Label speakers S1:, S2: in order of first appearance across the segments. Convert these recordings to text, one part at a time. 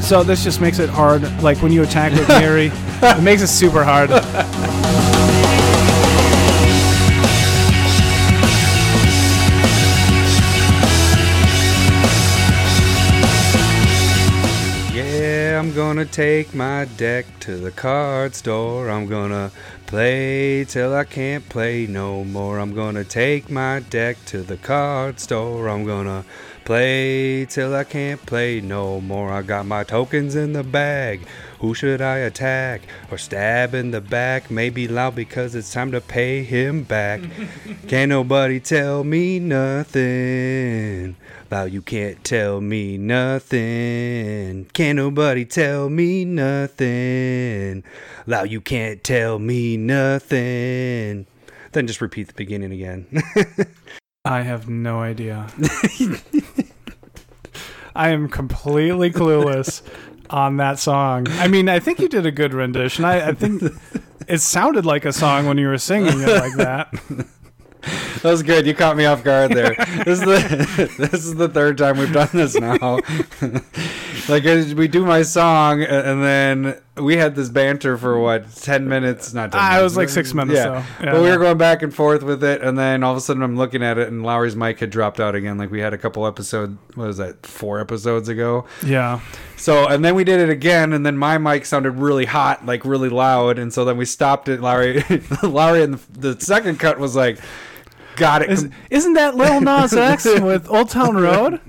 S1: So this just makes it hard. Like when you attack with Mary, it makes it super hard.
S2: Yeah, I'm gonna take my deck to the card store. I'm gonna play till I can't play no more. I'm gonna take my deck to the card store. I'm gonna play till I can't play no more. I got my tokens in the bag. Who should I attack or stab in the back? Maybe loud because it's time to pay him back. can't nobody tell me nothing. Wow, you can't tell me nothing. Can't nobody tell me nothing. Wow, you can't tell me nothing. Then just repeat the beginning again.
S1: I have no idea. I am completely clueless on that song. I mean, I think you did a good rendition. I, I think it sounded like a song when you were singing it like that.
S2: that was good. You caught me off guard there. this is the this is the third time we've done this now. like as we do my song, a- and then we had this banter for what ten minutes? Not ten.
S1: Ah, it
S2: minutes.
S1: was like six minutes,
S2: Yeah.
S1: though. Yeah.
S2: but we were going back and forth with it, and then all of a sudden I'm looking at it, and Lowry's mic had dropped out again. Like we had a couple episode. What was that? Four episodes ago.
S1: Yeah.
S2: So and then we did it again, and then my mic sounded really hot, like really loud, and so then we stopped it. Lowry, Lowry, and the, the second cut was like. Got it.
S1: Is, isn't that Lil Nas X with Old Town Road?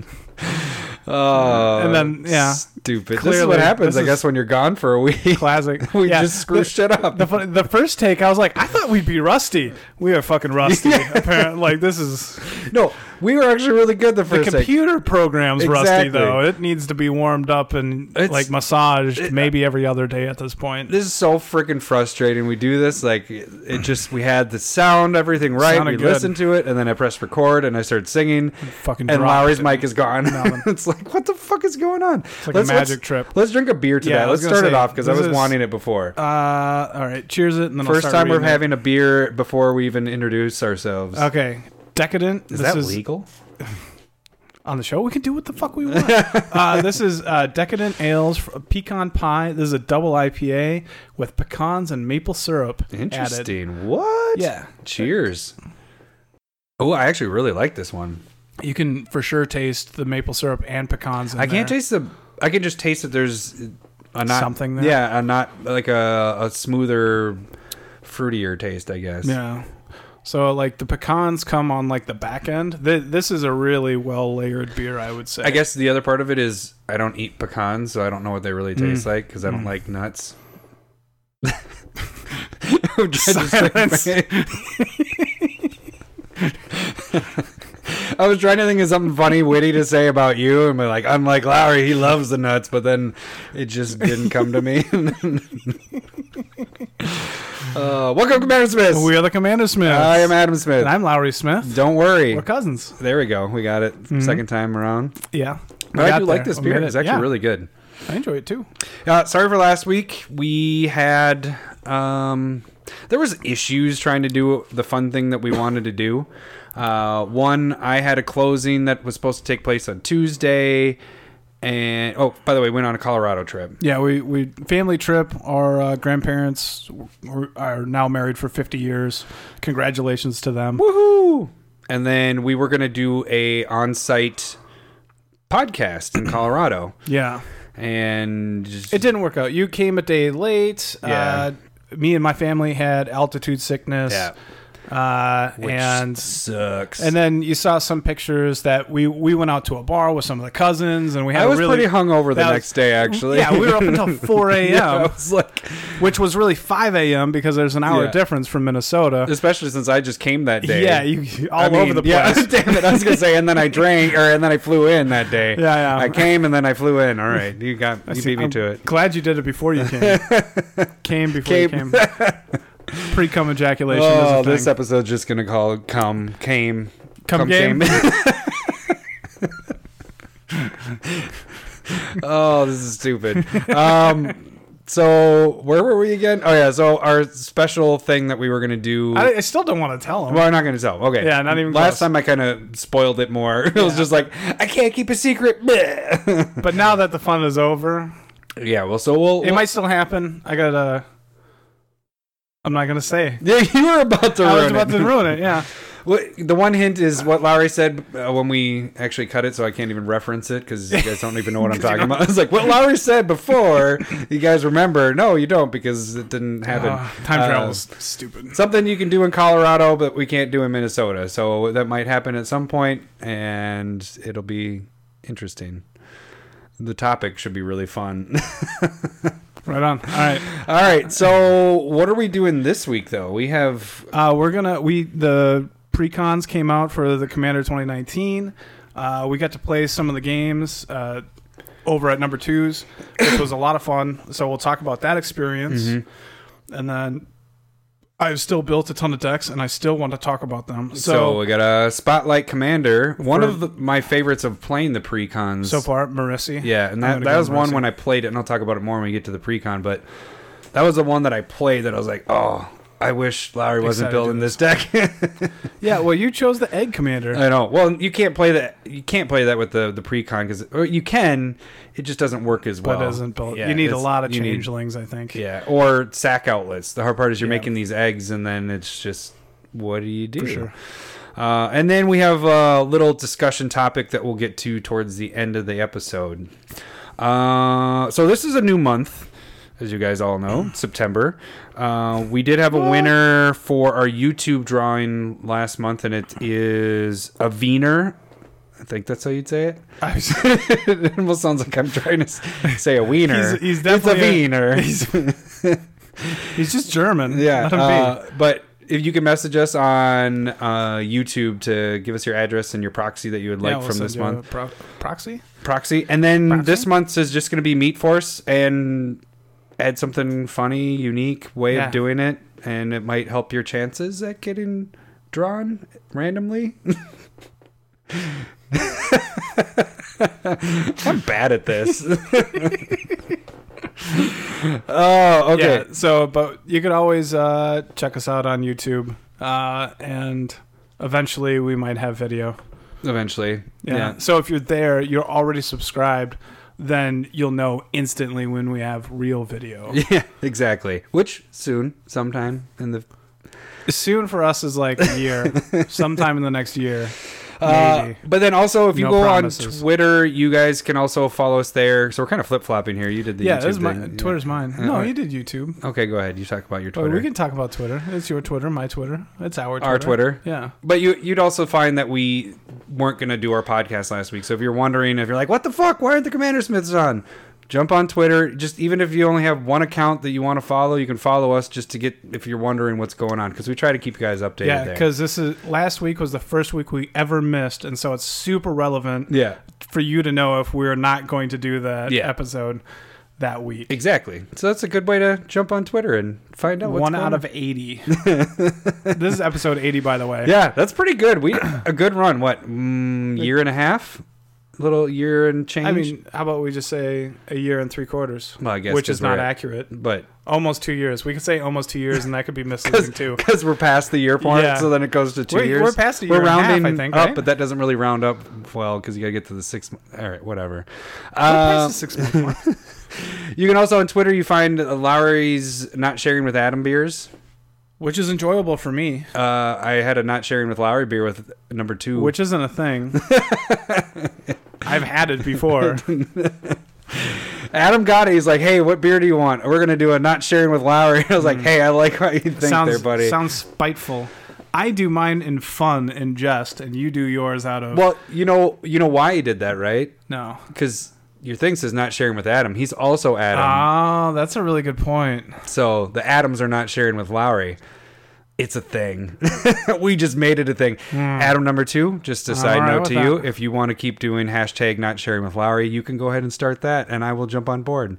S2: Oh,
S1: And then, yeah.
S2: stupid. this is
S1: Clearly,
S2: what happens,
S1: this
S2: I guess,
S1: is-
S2: when you're gone for a week.
S1: Classic.
S2: we
S1: Yeah.
S2: just screw
S1: The-
S2: shit up.
S1: The, fun- the first take, I was like, I thought we'd be rusty. We are fucking rusty. Apparently, like this is
S2: no, we were actually really good the
S1: the
S2: first take.
S1: computer program's rusty
S2: Exactly.
S1: though. It needs to be warmed up and
S2: It's-
S1: like massaged maybe every other day at this point.
S2: This is so freaking frustrating. We do this like it just. We had the sound, everything right.
S1: Sounded
S2: We
S1: good.
S2: listened to it, and then I pressed record, and I started singing.
S1: Fucking
S2: And
S1: dropped
S2: Lowry's
S1: it.
S2: mic is gone.
S1: Nothing.
S2: it's like, what the fuck is going on? It's
S1: like a magic trip.
S2: Let's drink a beer to
S1: Yeah, I
S2: that.
S1: was
S2: Let's
S1: gonna
S2: start it
S1: say,
S2: off because I
S1: this
S2: was
S1: is-
S2: wanting it before.
S1: Uh, all right, cheers it. And then I'll
S2: First
S1: start
S2: time we're
S1: reading it.
S2: having a beer before we even introduce ourselves.
S1: Okay, decadent.
S2: Is
S1: this
S2: that
S1: is
S2: legal?
S1: on the show. We can do what the fuck we want. uh, this is uh, decadent ales, fr- pecan pie. This is a double IPA with pecans and maple syrup. Added.
S2: Interesting. What?
S1: Yeah.
S2: Cheers. Oh, I actually really like this one.
S1: You can for sure taste the maple syrup and pecans. In
S2: I can't
S1: there.
S2: taste the. I can just taste that there's a not
S1: Something there?
S2: Yeah, a not like a, a smoother, fruitier taste. I guess.
S1: Yeah. So like the pecans come on like the back end. Th- this is a really well layered beer, I would say.
S2: I guess the other part of it is I don't eat pecans, so I don't know what they really taste like because I don't like nuts. I'm trying to think- I was trying to think of something funny, witty to say about you, and be like, I'm like Lowry, he loves the nuts, but then it just didn't come to me. uh, welcome, Commander Smith.
S1: we are the Commander Smith.
S2: I am Adam Smith.
S1: and I'm Lowry Smith.
S2: Don't worry.
S1: We're cousins.
S2: There we go. We got it.
S1: Mm-hmm.
S2: Second time around.
S1: Yeah. We
S2: But I
S1: got
S2: do
S1: there.
S2: like this
S1: We
S2: beer.
S1: made it.
S2: It's actually
S1: Yeah.
S2: really good.
S1: I enjoy it too.
S2: Uh, sorry for last week. We had um, there was issues trying to do the fun thing that we wanted to do. Uh, one, I had a closing that was supposed to take place on Tuesday, and oh, by the way, went on a Colorado trip.
S1: Yeah, we, we family trip. Our uh, grandparents were, are now married for 50 years. Congratulations to them.
S2: Woohoo! And then we were gonna do a on-site podcast in Colorado,
S1: Yeah.
S2: and
S1: It didn't work out. You came a day late. Uh,
S2: Yeah.
S1: me and my family had altitude sickness.
S2: yeah,
S1: Uh,
S2: which
S1: and
S2: sucks.
S1: And then you saw some pictures that we we went out to a bar with some of the cousins, and we had
S2: I was
S1: a really
S2: pretty hungover the
S1: that was-
S2: next day, actually.
S1: Yeah, we were up until four a.m.,
S2: yeah, I was like,
S1: which was really five a.m. because there's an hour
S2: Yeah.
S1: difference from Minnesota.
S2: especially since I just came that day.
S1: Yeah, you all
S2: I mean,
S1: over the place.
S2: yeah, damn it, I was gonna say, and then I drank, or and then I flew in that day.
S1: Yeah, yeah.
S2: I came and then I flew in. All right, you got you beat me
S1: I'm
S2: to it.
S1: Glad you did it before you came. came before you
S2: Came.
S1: came. Pre-cum ejaculation
S2: Oh,
S1: is a
S2: this
S1: thing.
S2: episode's just gonna call come came
S1: Come game?
S2: oh, this is stupid. Um, so where were we again? Oh yeah, so our special thing that we were gonna do.
S1: I, I still don't want to tell him.
S2: Well, I'm not going to tell. Okay.
S1: Yeah, not even
S2: Last
S1: close.
S2: time I kind of spoiled it more. it was
S1: Yeah.
S2: just like, I can't keep a secret. Bleh.
S1: But now that the fun is over,
S2: Yeah, well, so we'll.
S1: It might still happen. I gotta. I'm not gonna say.
S2: Yeah, you were about to
S1: I
S2: ruin
S1: was about
S2: it.
S1: to ruin it. Yeah.
S2: Well, The one hint is what Larry said uh, when we actually cut it, so I can't even reference it because you guys don't even know what I'm talking about. It's like what Larry said before. you guys remember? No, you don't because it didn't happen.
S1: Uh, time
S2: Uh,
S1: travel is stupid.
S2: Something you can do in Colorado, but we can't do in Minnesota. So that might happen at some point, and it'll be interesting. The topic should be really fun.
S1: Right on. All right.
S2: All right, so what are we doing this week though? We have
S1: Uh, we're gonna we the pre-cons came out for the Commander 2019. Uh, we got to play some of the games uh, over at number twos, which was a lot of fun. So we'll talk about that experience,
S2: Mm-hmm.
S1: and then I've still built a ton of decks, and I still want to talk about them.
S2: so,
S1: So
S2: we got a Spotlight Commander, one
S1: For-
S2: of the, my favorites of playing the pre-cons.
S1: so far, Marissi.
S2: Yeah, and
S1: I'm
S2: that,
S1: gonna
S2: that
S1: go
S2: was one
S1: Marissi.
S2: when I played it, and I'll talk about it more when we get to the pre-con. But that was the one that I played that I was like, oh, I wish Lowry wasn't
S1: Excited to
S2: building
S1: do
S2: this deck.
S1: yeah. Well, you chose the Egg Commander.
S2: I know. Well, you can't play that. You can't play that with the the pre-con because you can. It just doesn't work as well.
S1: but isn't built.
S2: Yeah,
S1: you need a
S2: it's-
S1: lot of
S2: you need-
S1: changelings, I think.
S2: Yeah, or sack outlets. The hard part is you're
S1: Yeah.
S2: making these eggs, and then it's just what do you do?
S1: sure.
S2: Uh, and then we have a little discussion topic that we'll get to towards the end of the episode. Uh, so this is a new month, as you guys all know,
S1: Mm.
S2: September. Uh, we did have a winner for our YouTube drawing last month, and it is a Wiener. I think that's how you'd say it.
S1: I was-
S2: it almost sounds like I'm trying to s- say a wiener.
S1: He's- he's
S2: it's a
S1: definitely a-
S2: wiener.
S1: He's just German.
S2: Yeah.
S1: Let him be.
S2: uh, But if you can message us on uh, YouTube to give us your address and your proxy that you would like
S1: Yeah, we'll
S2: from
S1: send
S2: this
S1: you a
S2: month,
S1: pro- proxy.
S2: proxy, and then
S1: Proxy?
S2: this month's is just going to be Meat Force and add something funny, unique way
S1: Yeah.
S2: of doing it, and it might help your chances at getting drawn randomly. I'm bad at this. oh, okay.
S1: Yeah, so, but you could always uh, check us out on YouTube, uh, and eventually we might have video.
S2: Eventually.
S1: So if you're there, you're already subscribed, then you'll know instantly when we have real video.
S2: Yeah, exactly. Which soon, sometime in the
S1: Soon for us is like a year, sometime in the next year.
S2: Uh,
S1: Maybe.
S2: but then also, if you
S1: No
S2: go
S1: promises.
S2: on Twitter, you guys can also follow us there. So we're kind of flip flopping here. You did the
S1: yeah,
S2: YouTube
S1: this is my
S2: thing. Yeah.
S1: Twitter's mine.
S2: Yeah,
S1: No,
S2: right.
S1: you did YouTube.
S2: Okay, go ahead. You talk about your
S1: But
S2: Twitter,
S1: we can talk about Twitter. It's your Twitter, my Twitter. It's our Twitter.
S2: our Twitter.
S1: Yeah.
S2: But you you'd also find that we weren't going to do our podcast last week. So if you're wondering, if you're like, what the fuck, why aren't the Commander Smiths on? Jump on Twitter. Just even if you only have one account that you want to follow, you can follow us just to get if you're wondering what's going on because we try to keep you guys updated.
S1: Yeah,
S2: there.
S1: because this is last week was the first week we ever missed, and so it's super relevant.
S2: yeah,
S1: for you to know if we're not going to do that
S2: Yeah.
S1: episode that week.
S2: exactly. So that's a good way to jump on Twitter and find out what's
S1: One
S2: going
S1: out
S2: on.
S1: of 80. this is episode 80, by the way.
S2: Yeah, that's pretty good. We a good run. What mm, year and a half? Little year and change.
S1: I mean, how about we just say a year and three quarters,
S2: well, I guess
S1: which
S2: 'cause
S1: is not
S2: we're at-
S1: accurate.
S2: but
S1: Almost two years. We could say almost two years, and that could be misleading too.
S2: because we're past the year point,
S1: Yeah.
S2: so then it goes to 2
S1: We're-
S2: years.
S1: we're past a year and a half, I think,
S2: up,
S1: right?
S2: but that doesn't really round up well because you got to get to the six. mo- All right, whatever.
S1: Uh,
S2: Uh,
S1: six month mark.
S2: you can also on Twitter you find Lowry's not sharing with Adam beers.
S1: Which is enjoyable for me,
S2: Uh, I had a not sharing with Lowry beer with number two,
S1: which isn't a thing. I've had it before.
S2: Adam got it. He's like, "Hey, what beer do you want? We're gonna do a not sharing with Lowry." I was like, "Hey, I like what you think
S1: Mm. sounds,
S2: there, buddy."
S1: sounds spiteful. I do mine in fun and jest, and you do yours out of
S2: Well, you know, you know why he did that, right?
S1: no.
S2: Because your thing says not sharing with Adam. He's also Adam,
S1: Oh, that's a really good point.
S2: so the Adams are not sharing with Lowry. It's a thing. we just made it a thing. Adam number two. Just a side
S1: right
S2: note
S1: with
S2: to you:
S1: Hmm. that.
S2: if you want to keep doing hashtag not sharing with Lowry, you can go ahead and start that, and I will jump on board.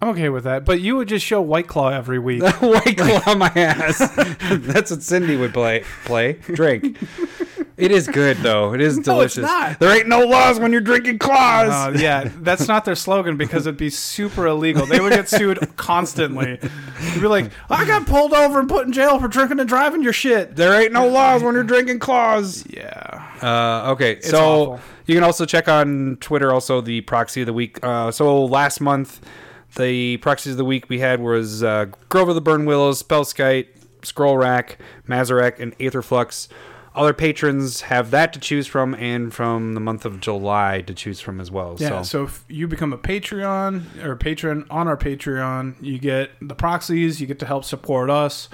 S1: I'm okay with that. But you would just show White Claw every week.
S2: White claw my ass. That's what Cindy would play. Play drink. It is good though. It is delicious.
S1: not.
S2: There ain't no laws when you're drinking claws.
S1: Uh, yeah, that's not their slogan because it'd be super illegal. They would get sued constantly. You'd be like, I got pulled over and put in jail for drinking and driving your shit.
S2: there ain't no laws when you're drinking claws.
S1: Yeah.
S2: Uh, okay, so
S1: awful.
S2: you can also check on Twitter also the proxy of the week. Uh, so last month The proxies of the week we had was uh, Grover the Burn Willows, Spellskite, Scroll Rack, Mazarek, and Aetherflux. Other patrons have that to choose from, and from the month of July to choose from as well.
S1: Yeah, so. if you become a Patreon or a patron on our Patreon, you get the proxies, you get to help support us,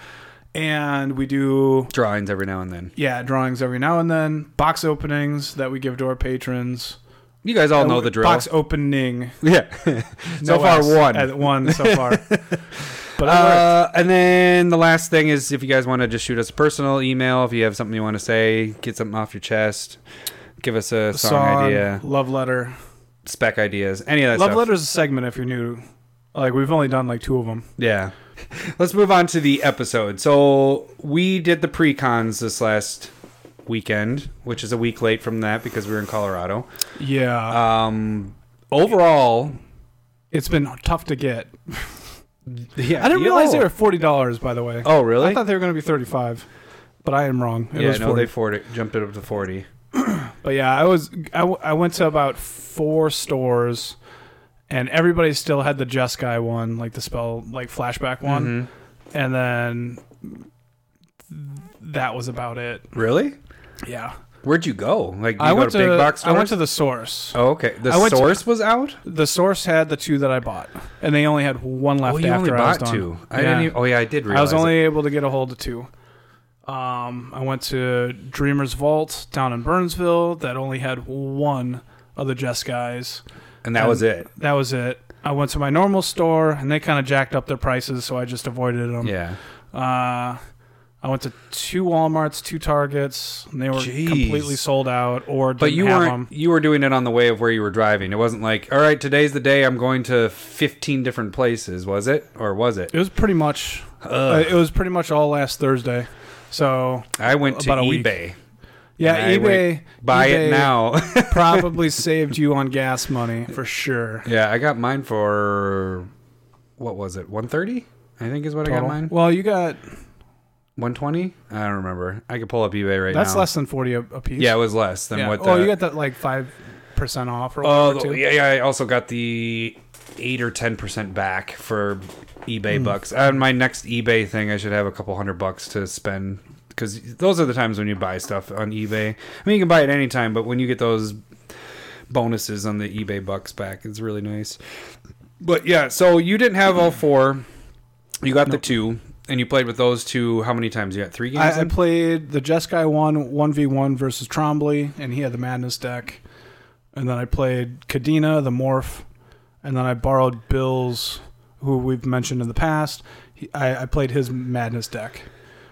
S1: and we do
S2: drawings every now and then.
S1: yeah drawings every now and then, box openings that we give to our patrons.
S2: You guys all know the drill.
S1: Box opening.
S2: Yeah. so
S1: No
S2: far,
S1: S
S2: one.
S1: at one so far. but uh,
S2: Uh, and then the last thing is if you guys want to just shoot us a personal email, if you have something you want to say, get something off your chest, give us a song,
S1: song,
S2: idea,
S1: love letter.
S2: spec ideas, any of that
S1: Love
S2: stuff.
S1: letter is a segment if you're new. Like we've only done like two of them.
S2: Yeah. Let's move on to the episode. So we did the pre cons this last weekend, which is a week late from that because we were in Colorado.
S1: Yeah,
S2: Um, overall,
S1: it's been tough to get.
S2: yeah,
S1: I didn't
S2: yeah,
S1: realize
S2: oh.
S1: they were forty dollars. By the way,
S2: Oh, really?
S1: I thought they were going to be 35, but I am wrong. It
S2: yeah,
S1: was
S2: no,
S1: 40.
S2: they 40, jumped it up to forty.
S1: But yeah, I was I, w- I went to about four stores and everybody still had the Jeskai one, like the spell like flashback one,
S2: Mhm.
S1: and then that was about it.
S2: Mm-hmm. Really?
S1: Yeah.
S2: Where'd you go? Like, did you
S1: I
S2: go
S1: went
S2: to big box
S1: I
S2: stores?
S1: went to the source.
S2: Oh, okay. The
S1: I went to-
S2: source was out.
S1: The source had the two that I bought, and they only had one left
S2: oh, you
S1: after
S2: only
S1: I was
S2: bought
S1: done.
S2: two. I
S1: Yeah.
S2: didn't. Even, oh, yeah, I did. Realize
S1: I was
S2: it.
S1: only able to get a hold of two. Um, I went to Dreamer's Vault down in Burnsville that only had one of the Jess guys.
S2: and that was it.
S1: That was it. I went to my normal store and they kind of jacked up their prices, so I just avoided them.
S2: Yeah.
S1: Uh, I went to two Walmarts, two Targets, and they were
S2: Jeez.
S1: completely sold out or didn't
S2: But you
S1: have
S2: weren't.
S1: 'em.
S2: You were doing it on the way of where you were driving. It wasn't like, all right, today's the day I'm going to 15 different places. Was it, or was it?
S1: It was pretty much. Uh,
S2: Ugh.
S1: it was pretty much all last Thursday. So
S2: I went to
S1: about a
S2: eBay.
S1: week. yeah,
S2: And I
S1: eBay.
S2: Buy
S1: eBay
S2: it now.
S1: probably saved you on gas money for sure.
S2: yeah, I got mine for what was it? 130, I think is what I got
S1: Total.
S2: mine.
S1: Well, you got
S2: 120. I don't remember. I could pull up eBay right
S1: that's
S2: now.
S1: less than forty a, a piece.
S2: Yeah, it was less than
S1: Yeah.
S2: what. The,
S1: oh, you got that like five percent off or
S2: Oh,
S1: whatever.
S2: the-
S1: too.
S2: yeah, yeah. I also got the eight or ten percent back for eBay
S1: Hmm.
S2: bucks. On my next eBay thing, I should have a couple hundred bucks to spend because those are the times when you buy stuff on eBay. I mean, you can buy it anytime, but when you get those bonuses on the eBay bucks back, it's really nice. But yeah, so you didn't have all four. You got the two, and you played with those two. How many times? You got three games.
S1: I, I
S2: in?
S1: played the Jeskai one one v one versus Trombley, and he had the Madness deck. And then I played Kadena, the Morph, and then I borrowed Bill's, who we've mentioned in the past. He, I, I played his Madness deck.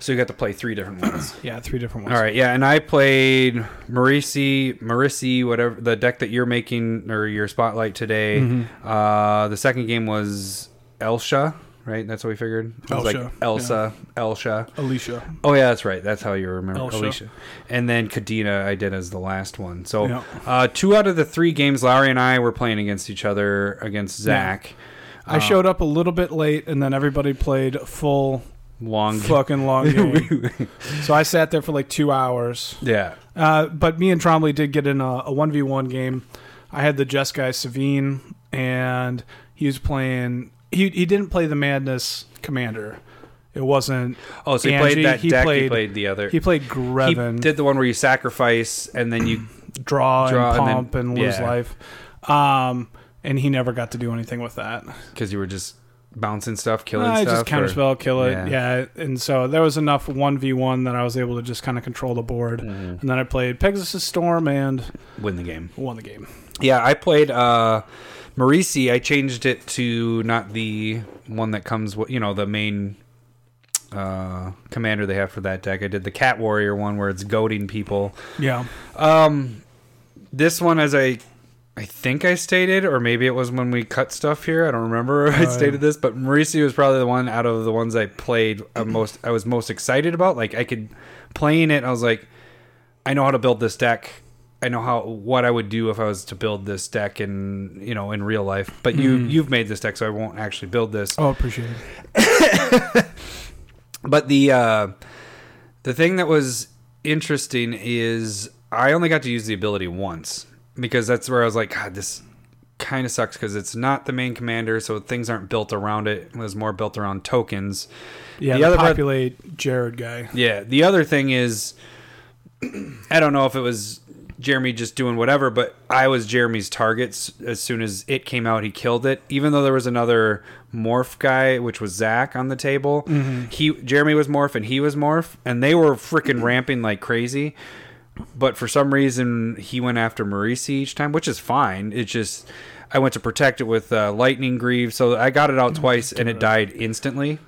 S2: so you got to play three different ones.
S1: Yeah, three different ones.
S2: All right, yeah, and I played Marisi, Marisi, whatever the deck that you're making or your spotlight today.
S1: Mm-hmm.
S2: Uh, the second game was Elsha, right? That's what we figured. It was
S1: Elsha,
S2: like Elsa, Elsha.
S1: Alicia.
S2: Oh yeah, that's right. That's how you remember
S1: Elsha.
S2: Alicia. And then Kadena, I did as the last one. So
S1: Yeah.
S2: uh, two out of the three games, Lowry and I were playing against each other against Zach. Uh,
S1: I showed up a little bit late, and then everybody played full
S2: Long,
S1: fucking long game. so I sat there for like two hours.
S2: yeah.
S1: Uh, but me and Trombley did get in a, a 1v1 game. I had the Jess guy, Savine, and he was playing. He, he didn't play the Madness Commander. It wasn't.
S2: Oh, so he
S1: Angie,
S2: played that
S1: he
S2: deck. he
S1: played-
S2: played the other.
S1: He played
S2: he
S1: Greven,
S2: did the one where you sacrifice and then you
S1: draw,
S2: draw and
S1: and
S2: then-
S1: pump, and, lose
S2: yeah.
S1: life. Um, and he never got to do anything with that.
S2: because you were just bouncing stuff, killing
S1: I
S2: stuff.
S1: just counter
S2: or-
S1: spell, kill it.
S2: Yeah.
S1: Yeah. And so there was enough 1v1 that I was able to just kind of control the board. And
S2: Mm-hmm.
S1: then I played Pegasus Storm and
S2: win the game.
S1: won the game.
S2: Yeah, I played uh Marisi. I changed it to not the one that comes with you know the main uh commander they have for that deck. I did the Cat Warrior one where it's goading people.
S1: Yeah.
S2: Um, this one, as I, I think I stated, or maybe it was when we cut stuff here. I don't remember if I
S1: yeah.
S2: stated this, but Mauricio was probably the one out of the ones I played uh, most. I was most excited about. Like I could playing it, I was like, I know how to build this deck. I know how what I would do if I was to build this deck in you know in real life. But you you've made this deck, so I won't actually build this.
S1: Oh, appreciate it.
S2: But the uh, the thing that was interesting is I only got to use the ability once because that's where I was like, God, this ki- kind of sucks because it's not the main commander, so things aren't built around it. It was more built around tokens.
S1: Yeah,
S2: The
S1: the,
S2: other part-
S1: populate Jared guy.
S2: Yeah. The other thing is, I don't know if it was Jeremy just doing whatever, but I was Jeremy's target. As soon as it came out, he killed it. Even though there was another morph guy, which was Zach, on the table.
S1: Mm-hmm.
S2: He Jeremy was morph and he was morph, and they were freaking ramping like crazy. But for some reason, he went after Marisi each time, which is fine. It's just I went to protect it with uh, lightning greaves, so I got it out
S1: Mm-hmm.
S2: twice, and it died instantly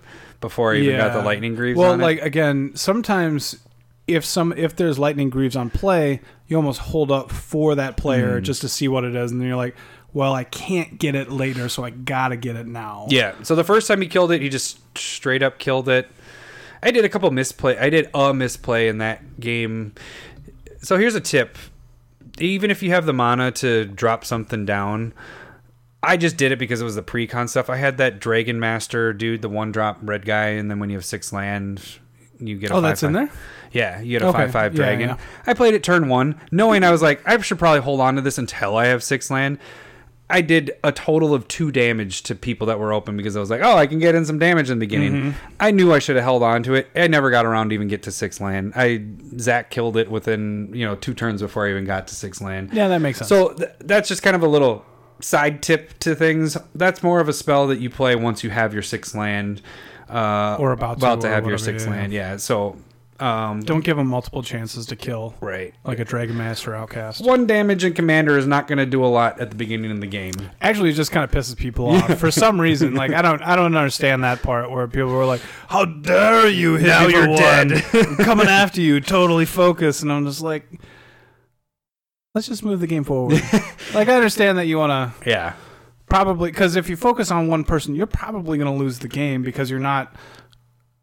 S2: before I even got the lightning greaves.
S1: Well,
S2: on it.
S1: like again, sometimes if some if there's lightning greaves on play, you almost hold up for that player
S2: Mm.
S1: just to see what it is, and then you're like, well, I can't get it later, so I gotta get it now.
S2: Yeah. So the first time he killed it, he just straight up killed it. I did a couple misplay. I did a misplay in that game. So here's a tip: even if you have the mana to drop something down, I just did it because it was the pre-con stuff. I had that Dragon Master dude, the one-drop red guy, and then when you have six land, you get. A
S1: Oh, that's in
S2: five-five.
S1: there?
S2: Yeah, you get a
S1: Okay.
S2: five-five
S1: Yeah,
S2: dragon.
S1: yeah.
S2: I played it turn one, knowing I was like, I should probably hold on to this until I have six land. I did a total of two damage to people that were open because I was like, oh, I can get in some damage in the beginning.
S1: Mm-hmm.
S2: I knew I should have held on to it. I never got around to even get to six land. I Zach killed it within you know two turns before I even got to six land.
S1: Yeah, that makes sense.
S2: So th- that's just kind of a little side tip to things. That's more of a spell that you play once you have your sixth land, uh,
S1: Or about to,
S2: about to
S1: or
S2: have your
S1: whatever,
S2: sixth
S1: yeah.
S2: land. Yeah. So, um,
S1: Don't give them multiple chances to kill,
S2: right.
S1: like a dragon master outcast.
S2: One damage in commander is not going to do a lot at the beginning of the game.
S1: Actually, it just kind of pisses people off for some reason. Like I don't, I don't understand that part where people were like, "How dare you hit
S2: Now
S1: me for
S2: you're
S1: one?
S2: dead."
S1: I'm coming after you, totally focused," and I'm just like, "Let's just move the game forward." like I understand that you want to
S2: Yeah.
S1: probably because if you focus on one person, you're probably going to lose the game because you're not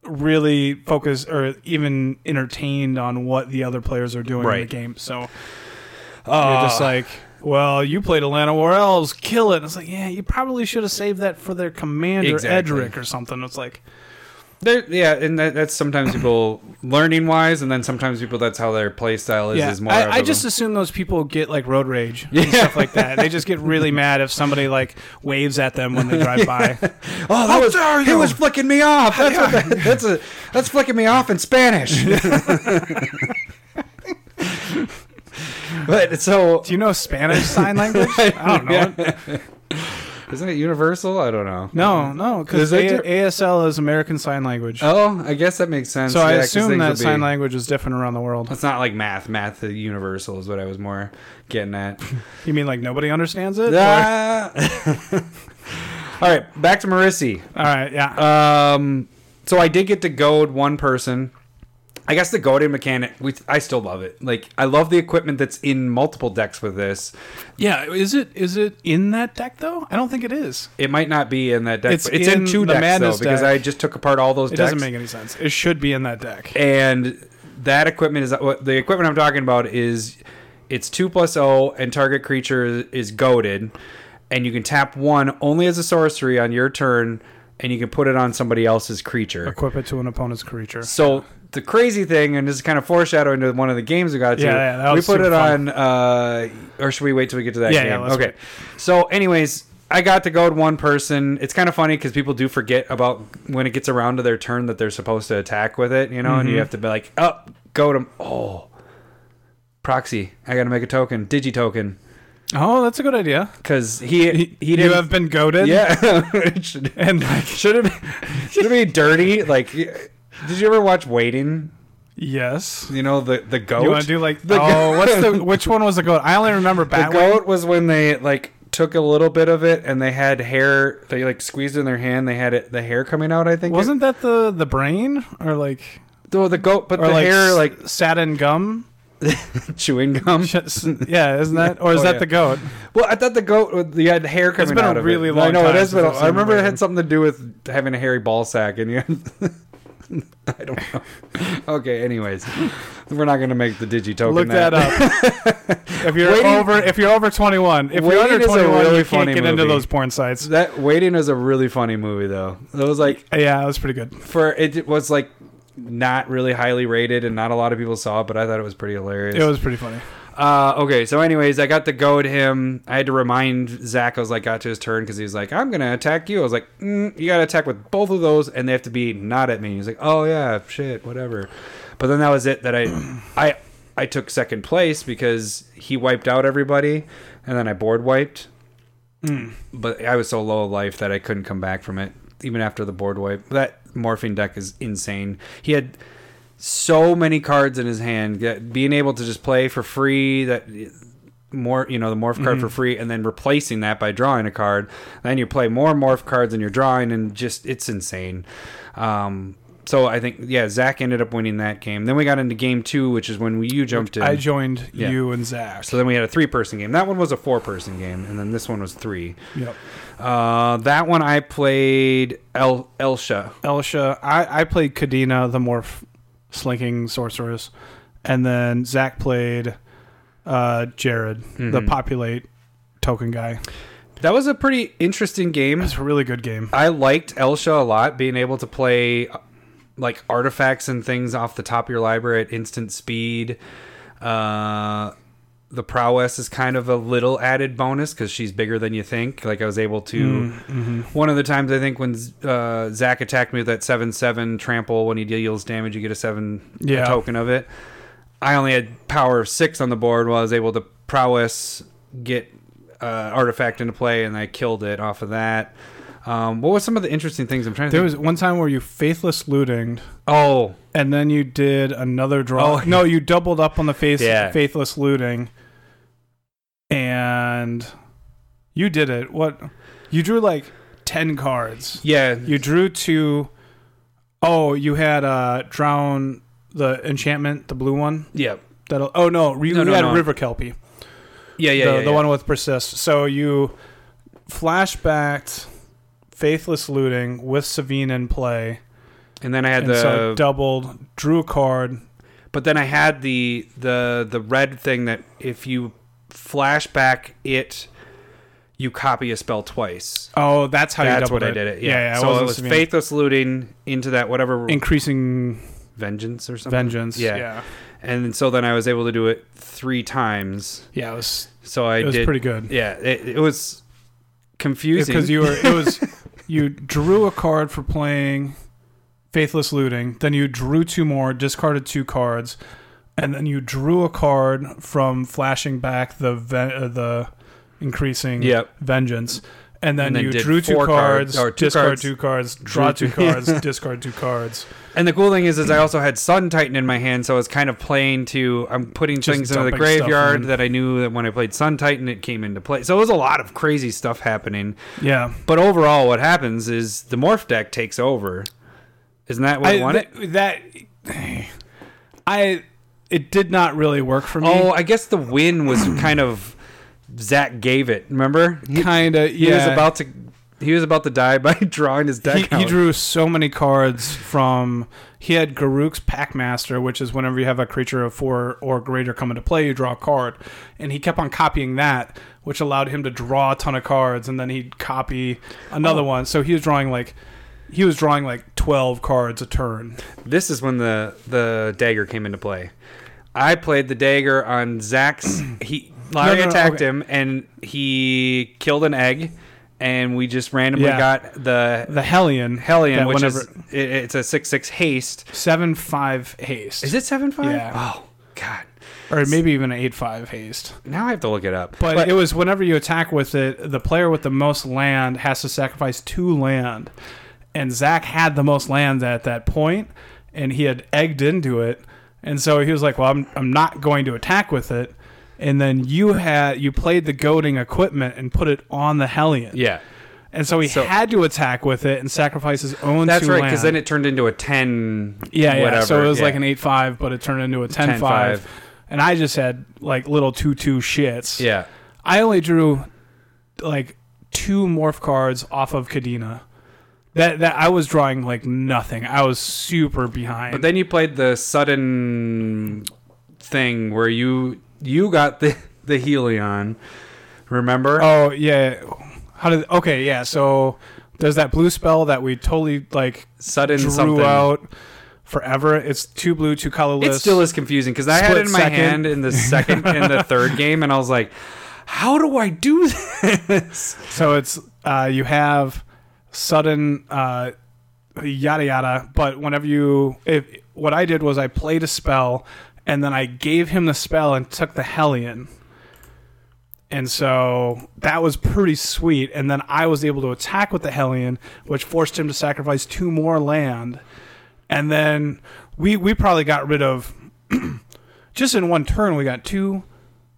S1: really focused or even entertained on what the other players are doing in
S2: Right.
S1: the game. So
S2: Uh,
S1: you're just like, well, you played Atlanta War Elves, kill it. And it's like, yeah, you probably should have saved that for their commander
S2: Exactly.
S1: Edric or something. It's like,
S2: There, yeah, and that, that's sometimes people learning wise, and then sometimes people that's how their play style is.
S1: yeah,
S2: is more. of
S1: I, I
S2: a-
S1: just assume those people get like road rage and stuff like that. They just get really mad if somebody like waves at them when they drive by.
S2: oh,
S1: How
S2: that was
S1: dare
S2: he
S1: you!
S2: was flicking me off. That's what that, that's a that's flicking me off in Spanish. but so
S1: Do you know Spanish sign language? I don't know.
S2: isn't it universal? I don't know.
S1: No, no,
S2: Is
S1: because
S2: it di-
S1: ASL is American Sign Language.
S2: Oh, I guess that makes sense.
S1: so I
S2: Yeah, 'cause
S1: assume
S2: things will
S1: that
S2: be-
S1: sign language is different around the world.
S2: It's not like math. Math, the universal is what I was more getting at.
S1: You mean like nobody understands it? Or-
S2: Ah. All right, back to Marissi.
S1: All right, yeah.
S2: Um, so I did get to goad one person. I guess the goading mechanic, we, I still love it. Like I love the equipment that's in multiple decks with this.
S1: yeah, is it is it in that deck though? I don't think it is.
S2: It might not be in that deck. It's,
S1: It's
S2: it's in,
S1: in
S2: two
S1: the
S2: decks though,
S1: Madness
S2: because
S1: deck.
S2: I just took apart all those
S1: It
S2: decks.
S1: doesn't make any sense. It should be in that deck.
S2: and that equipment is what the equipment I'm talking about is it's two plus O and target creature is, is goaded, and you can tap one only as a sorcery on your turn, and you can put it on somebody else's creature.
S1: Equip it to an opponent's creature.
S2: So the crazy thing, and this is kind of foreshadowing to one of the games we got to.
S1: Yeah, yeah, that
S2: we
S1: was
S2: put
S1: super
S2: it
S1: fun.
S2: on, uh, or should we wait till we get to that
S1: Yeah,
S2: game?
S1: yeah, let's
S2: okay.
S1: wait.
S2: So, anyways, I got to go to one person. It's kind of funny because people do forget about when it gets around to their turn that they're supposed to attack with it, you know,
S1: Mm-hmm.
S2: and you have to be like, up, oh, go to, oh, proxy. I got to make a token, digi token,
S1: Oh, that's a good idea.
S2: because he he, didn't.
S1: you have been goaded.
S2: yeah. It should-
S1: And like,
S2: should it be, should it be dirty? Like, did you ever watch Waiting?
S1: yes.
S2: You know the the goat.
S1: You want to do like
S2: The
S1: oh, what's the which one was the goat? I only remember
S2: the
S1: Batwing.
S2: goat was when they like took a little bit of it and they had hair. They like squeezed it in their hand. They had it the hair coming out. I think
S1: Wasn't that the the brain or like
S2: it, oh, the goat, but
S1: or
S2: the
S1: like
S2: hair
S1: s-
S2: like
S1: satin gum?
S2: chewing gum.
S1: Sh- s- yeah, isn't that or is
S2: Oh,
S1: that
S2: yeah.
S1: the goat?
S2: Well, I thought the goat with the had hair coming
S1: been a
S2: out of
S1: really
S2: it.
S1: long
S2: I know
S1: time
S2: it has
S1: since
S2: been.
S1: I've
S2: I
S1: seen
S2: remember it
S1: Waiting.
S2: had something to do with having a hairy ball sack and you. I don't know. Okay, anyways, we're not gonna make the digi token.
S1: Look that up. if you're
S2: Waiting-
S1: over, if you're over 21, if you're
S2: Waiting
S1: under
S2: is a
S1: 21,
S2: really
S1: you can't
S2: funny
S1: get into
S2: movie.
S1: those porn sites.
S2: That waiting is a really funny movie though. It was like
S1: Yeah, that was pretty good.
S2: for it was like not really highly rated and not a lot of people saw it, but I thought it was pretty hilarious.
S1: It was pretty funny.
S2: Uh, okay, so anyways, I got to goad him. I had to remind Zach I was like got to his turn because he was like, "I'm gonna attack you." I was like, mm, "You gotta attack with both of those, and they have to be not at me." He's like, "Oh yeah, shit, whatever." But then that was it. That I, I, I took second place because he wiped out everybody, and then I board wiped. But I was so low of life that I couldn't come back from it, even after the board wipe. That morphine deck is insane. He had so many cards in his hand that being able to just play for free that more you know the morph card for free and then replacing that by drawing a card then you play more morph cards and you're drawing and just it's insane um so i think yeah zach ended up winning that game then we got into game two which is when we you jumped in
S1: I joined
S2: Yeah.
S1: you and Zach.
S2: so then we had a three person game that one was a four person game and then this one was three
S1: yep.
S2: uh that one i played el elsha
S1: Elsha, I, I played Kadena, the morph slinking sorceress, and then Zach played uh, Jared,
S2: Mm-hmm.
S1: the populate token guy.
S2: that was a pretty interesting game
S1: It's a really good game.
S2: I liked Elsha a lot, being able to play uh, like artifacts and things off the top of your library at instant speed. Uh, the prowess is kind of a little added bonus because she's bigger than you think. Like I was able to. One of the times I think when uh, Zach attacked me with that seven seven trample, when he deals damage, you get a seven a
S1: Yeah.
S2: token of it. I only had power of six on the board while I was able to prowess get uh, artifact into play, and I killed it off of that. Um, what was some of the interesting things I'm trying to
S1: There
S2: think?
S1: was one time where you faithless looting,
S2: oh,
S1: and then you did another draw.
S2: Oh.
S1: No, you doubled up on the face
S2: Yeah.
S1: faithless looting, and you did it. What you drew like ten cards.
S2: yeah,
S1: You drew two oh you had uh drown the enchantment, the blue one.
S2: yeah,
S1: That'll oh no, re-
S2: No,
S1: you
S2: no,
S1: had
S2: no.
S1: River Kelpie.
S2: yeah, yeah,
S1: the
S2: yeah,
S1: the
S2: yeah.
S1: one with persist. So you flashbacked Faithless Looting with Savine in play.
S2: And then I had
S1: And
S2: the,
S1: so doubled, drew a card.
S2: but then I had the the the red thing that if you flashback it, you copy a spell twice.
S1: Oh, that's how you
S2: That's
S1: doubled
S2: what
S1: it.
S2: I did it. Yeah.
S1: yeah,
S2: so
S1: wasn't
S2: it was
S1: Savine.
S2: faithless looting into that whatever
S1: increasing
S2: vengeance or something.
S1: vengeance.
S2: Yeah.
S1: yeah.
S2: And so then I was able to do it three times.
S1: Yeah, it was
S2: So I
S1: it was
S2: did.
S1: pretty good.
S2: Yeah, it, it was confusing.
S1: because you were it was you drew a card for playing faithless looting then you drew two more discarded two cards and then you drew a card from flashing back the ven- uh, the increasing
S2: Yep.
S1: vengeance and then,
S2: And then
S1: you
S2: did
S1: drew two
S2: four
S1: cards,
S2: cards- or two
S1: discard
S2: cards.
S1: two cards draw
S2: Drew
S1: two
S2: two-
S1: cards discard two cards
S2: and the cool thing is, is I also had Sun Titan in my hand, so I was kind of playing to. I'm putting
S1: Just
S2: things into the
S1: dumping stuff
S2: graveyard
S1: in.
S2: that I knew that when I played Sun Titan, it came into play. So it was a lot of crazy stuff happening.
S1: yeah
S2: But overall, what happens is the morph deck takes over. Isn't that what I, wanted?
S1: th- that i it did not really work for me
S2: oh, I guess the win was kind of Zach gave it. Remember? He,
S1: kind of yeah
S2: he was about to. He was about to die by drawing his deck.
S1: he, he
S2: out.
S1: drew so many cards from he had Garuk's Packmaster, which is whenever you have a creature of four or greater come into play, you draw a card, and he kept on copying that, which allowed him to draw a ton of cards, and then he'd copy
S2: Oh.
S1: another one. So he was drawing like he was drawing like twelve cards a turn.
S2: This is when the the dagger came into play. I played the dagger on Zach's. He Larry
S1: no, no,
S2: attacked
S1: okay.
S2: him and he killed an egg, and we just randomly
S1: Yeah.
S2: got the
S1: The Hellion,
S2: hellion,
S1: that
S2: which
S1: whenever
S2: is it, it's a six six haste.
S1: seven five haste,
S2: Is it seven five?
S1: Yeah.
S2: Oh God!
S1: or maybe even eight five haste.
S2: Now I have to look it up.
S1: But, it was whenever you attack with it, the player with the most land has to sacrifice two land. And Zach had the most land at that point, and he had egged into it. And so he was like, Well, I'm, I'm not going to attack with it. And then you had you played the goading equipment and put it on the Hellion.
S2: yeah,
S1: And so he
S2: So-
S1: had to attack with it and sacrifice his own
S2: that's
S1: two
S2: right.
S1: land.
S2: Because then it turned into a ten.
S1: Yeah, yeah.
S2: whatever.
S1: So it was like
S2: Yeah.
S1: an eight five, but it turned into a 10
S2: 10-5.
S1: 5. And I just had like little two two shits.
S2: Yeah.
S1: I only drew like two morph cards off of Kadena. That that I was drawing like nothing. I was super behind.
S2: But then you played the sudden thing where you you got the the Helion. Remember?
S1: oh yeah, how did? Okay, yeah. So there's that blue spell that we totally like
S2: sudden
S1: drew
S2: something.
S1: out forever. It's two blue, two colorless.
S2: It still is confusing because I had
S1: Split
S2: it in my
S1: second.
S2: hand in the second and the third game, and I was like, "How do I do this?"
S1: So it's uh, you have sudden uh, yada yada. But whenever you, if what I did was I played a spell and then I gave him the spell and took the Hellion. And so that was pretty sweet. And then I was able to attack with the Hellion, which forced him to sacrifice two more land. And then we we probably got rid of just in one turn we got two,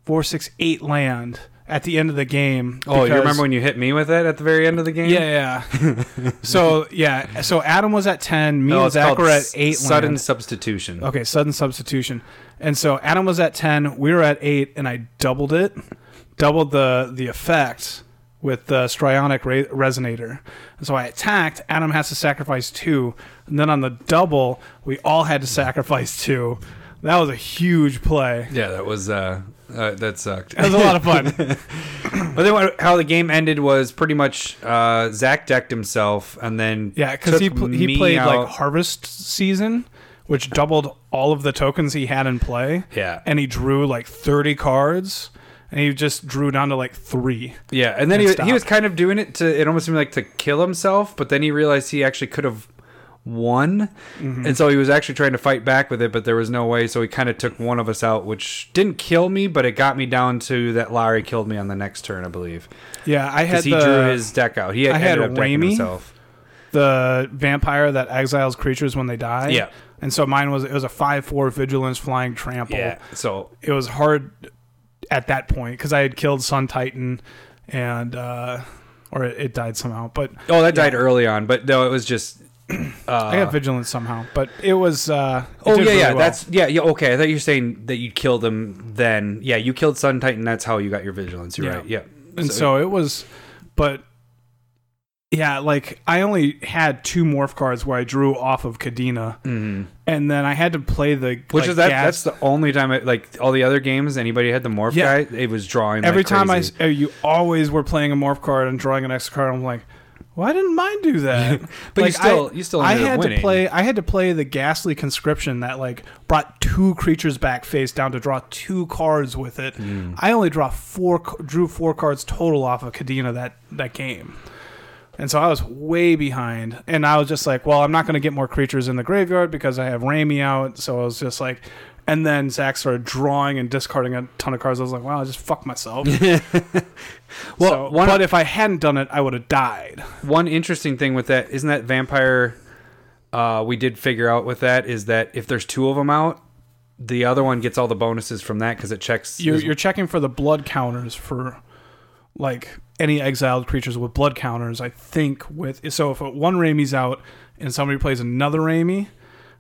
S1: four, six, eight land at the end of the game.
S2: Oh, you
S1: because-
S2: remember when you hit me with it at the very end of the game?
S1: yeah, yeah. so yeah, so Adam was at ten. Me and
S2: No, Oh, it's
S1: Zach
S2: called
S1: were at
S2: s-
S1: eight.
S2: Sudden
S1: land.
S2: substitution.
S1: Okay, sudden substitution. And so Adam was at ten. We were at eight, and I doubled it, doubled the the effect with the strionic re- resonator. And so I attacked. Adam has to sacrifice two, and then on the double, we all had to sacrifice two. That was a huge play.
S2: Yeah, that was uh, uh that sucked.
S1: That was a lot of fun.
S2: But then what, how the game ended was pretty much uh, Zach decked himself, and then
S1: Yeah, because he
S2: took
S1: pl- he
S2: me
S1: played like
S2: out.
S1: Harvest Season, which doubled all of the tokens he had in play.
S2: Yeah.
S1: and he drew like thirty cards, and he just drew down to like three.
S2: yeah, and then
S1: and
S2: he, he was
S1: stopped.
S2: kind of doing it to it almost seemed like to kill himself, but then he realized he actually could have won,
S1: Mm-hmm.
S2: and so he was actually trying to fight back with it, but there was no way, so he kind of took one of us out, which didn't kill me, but it got me down to that Lowry killed me on the next turn, I believe,
S1: Yeah, I had
S2: because he
S1: the
S2: drew his deck out. He
S1: I had
S2: ended up decking
S1: Raimi.
S2: himself.
S1: the vampire that exiles creatures when they die.
S2: Yeah.
S1: and so mine was it was a five four vigilance flying trample.
S2: Yeah, so
S1: it was hard at that point because I had killed Sun Titan, and uh, or it, it died somehow, but.
S2: oh, that died early on, but no, it was just. Uh,
S1: I got vigilance somehow, but it was. Uh, it
S2: Oh
S1: did
S2: yeah,
S1: really
S2: yeah.
S1: well.
S2: That's yeah, yeah. Okay, I thought you were saying that you killed them. Then yeah, you killed Sun Titan. That's how you got your vigilance. You're
S1: Yeah.
S2: right. Yeah.
S1: and so, it was but yeah like i only had two morph cards where i drew off of kadena
S2: Mhm.
S1: and then i had to play the
S2: which
S1: like,
S2: is that?
S1: gas-
S2: That's the only time. It, like all the other games, anybody had the morph
S1: Yeah.
S2: guy. It was drawing
S1: every
S2: like
S1: time I
S2: crazy.
S1: s- uh, you always were playing a morph card and drawing an extra card i'm like why didn't mine do that
S2: But you
S1: like,
S2: still-
S1: I,
S2: you still
S1: i
S2: ended up
S1: had
S2: winning.
S1: to play i had to play the ghastly conscription that like brought two creatures back face down to draw two cards with it
S2: Mm.
S1: i only draw four c- drew four cards total off of kadena that that game And so I was way behind. And I was just like, well, I'm not going to get more creatures in the graveyard because I have Raimi out. So I was just like, and then Zach started drawing and discarding a ton of cards. I was like, wow, I just fucked myself. well,
S2: Well, one-
S1: but if I hadn't done it, I would have died.
S2: One interesting thing with that isn't that vampire. Uh, we did figure out with that is that if there's two of them out, the other one gets all the bonuses from that because it checks.
S1: You're, you're checking for the blood counters for like any exiled creatures with blood counters. I think with so if one Raimi's out and somebody plays another Raimi,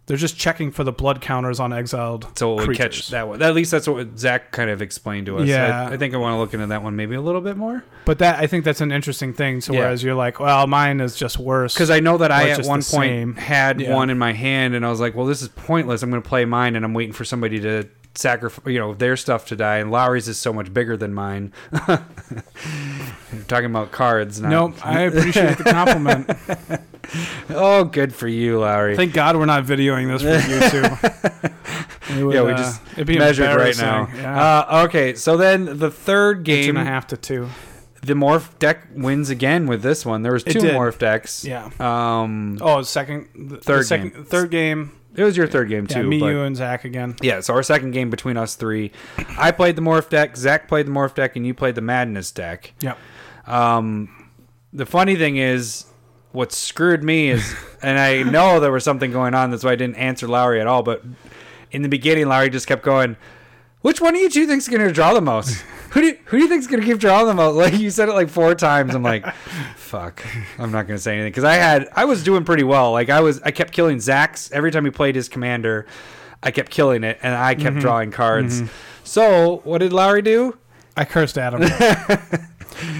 S1: they're just checking for the blood counters on exiled.
S2: so it would
S1: creatures.
S2: catch that one. At least that's what Zach kind of explained to us. I-
S1: Yeah.
S2: I think I want to look into that one maybe a little bit more.
S1: But that I think that's an interesting thing. So
S2: Yeah.
S1: whereas you're like, well, mine is just worse.
S2: because I know that I
S1: Or
S2: at
S1: just
S2: one point
S1: the same.
S2: had
S1: Yeah.
S2: one in my hand, and I was like, "Well, this is pointless. I'm going to play mine, and I'm waiting for somebody to sacrifice, you know, their stuff to die." And Lowry's is so much bigger than mine. talking about cards, not
S1: nope. I appreciate the compliment.
S2: Oh, good for you, Lowry.
S1: Thank God we're not videoing this for YouTube. It would,
S2: yeah, we
S1: uh,
S2: just
S1: it'd be
S2: measured right
S1: embarrassing.
S2: now.
S1: Yeah.
S2: Uh, okay, so then the third
S1: Two
S2: game,
S1: and a half to two.
S2: the morph deck wins again with this one. There was
S1: It
S2: two
S1: did.
S2: morph decks.
S1: Yeah.
S2: Um,
S1: Oh, second, the- the
S2: Third
S1: second,
S2: game.
S1: third game.
S2: it was your third game
S1: Yeah,
S2: too.
S1: me,
S2: but-
S1: you, and Zach again.
S2: Yeah, so our second game between us three, I played the morph deck, Zach played the morph deck, and you played the madness deck.
S1: Yep.
S2: Um, the funny thing is, what screwed me is, and I know there was something going on, that's why I didn't answer Lowry at all. But in the beginning, Lowry just kept going, "Which one of you two thinks going to draw the most? Who do you, who do you think's going to keep drawing the most?" Like you said it like four times. I'm like, "Fuck, I'm not going to say anything" because I had I was doing pretty well. Like I was I kept killing Zax every time he played his commander. I kept killing it, and I kept drawing cards. So what did Lowry do?
S1: I cursed Adam.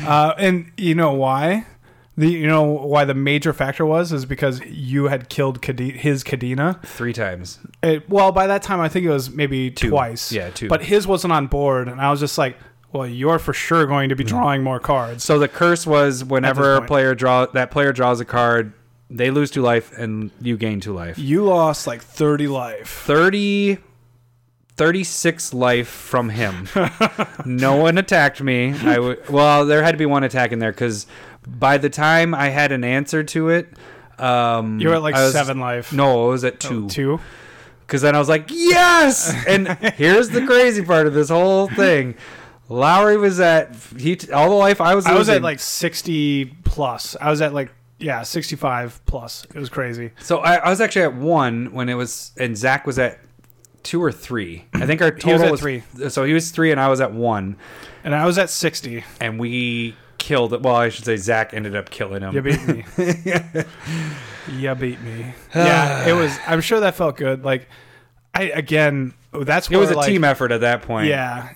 S1: uh, and you know why? The you know why the major factor was is because you had killed Kade- his Kadena.
S2: Three times.
S1: It, well, by that time, I think it was maybe twice.
S2: Yeah, two.
S1: But his wasn't on board, and I was just like, "Well, you're for sure
S2: Mm-hmm.
S1: going to be drawing more cards."
S2: So the curse was whenever a
S1: point.
S2: player draw that player draws a card, They lose two life, and you gain two life.
S1: You lost like 30 life.
S2: 30 36 life from him no one attacked me i w- well there had to be one attack in there because by the time i had an answer to it um
S1: You're at like
S2: I was-
S1: seven life.
S2: no it was at
S1: Oh,
S2: two
S1: two.
S2: because then i was like yes and here's the crazy part of this whole thing lowry was at he t- all the life i was
S1: I was at
S2: losing.
S1: like 60 plus. I was at like, yeah, 65 plus. It was crazy.
S2: so I, I was actually at one when it was and zach was at two or three i think our total
S1: was at three.
S2: so he was three and i was at one
S1: And I was at 60.
S2: and we killed well i should say zach ended up killing him
S1: You beat me. you beat me. yeah, it was. I'm sure that felt good. Like, I, again, that's
S2: it
S1: where
S2: was a
S1: like,
S2: team effort at that point
S1: Yeah.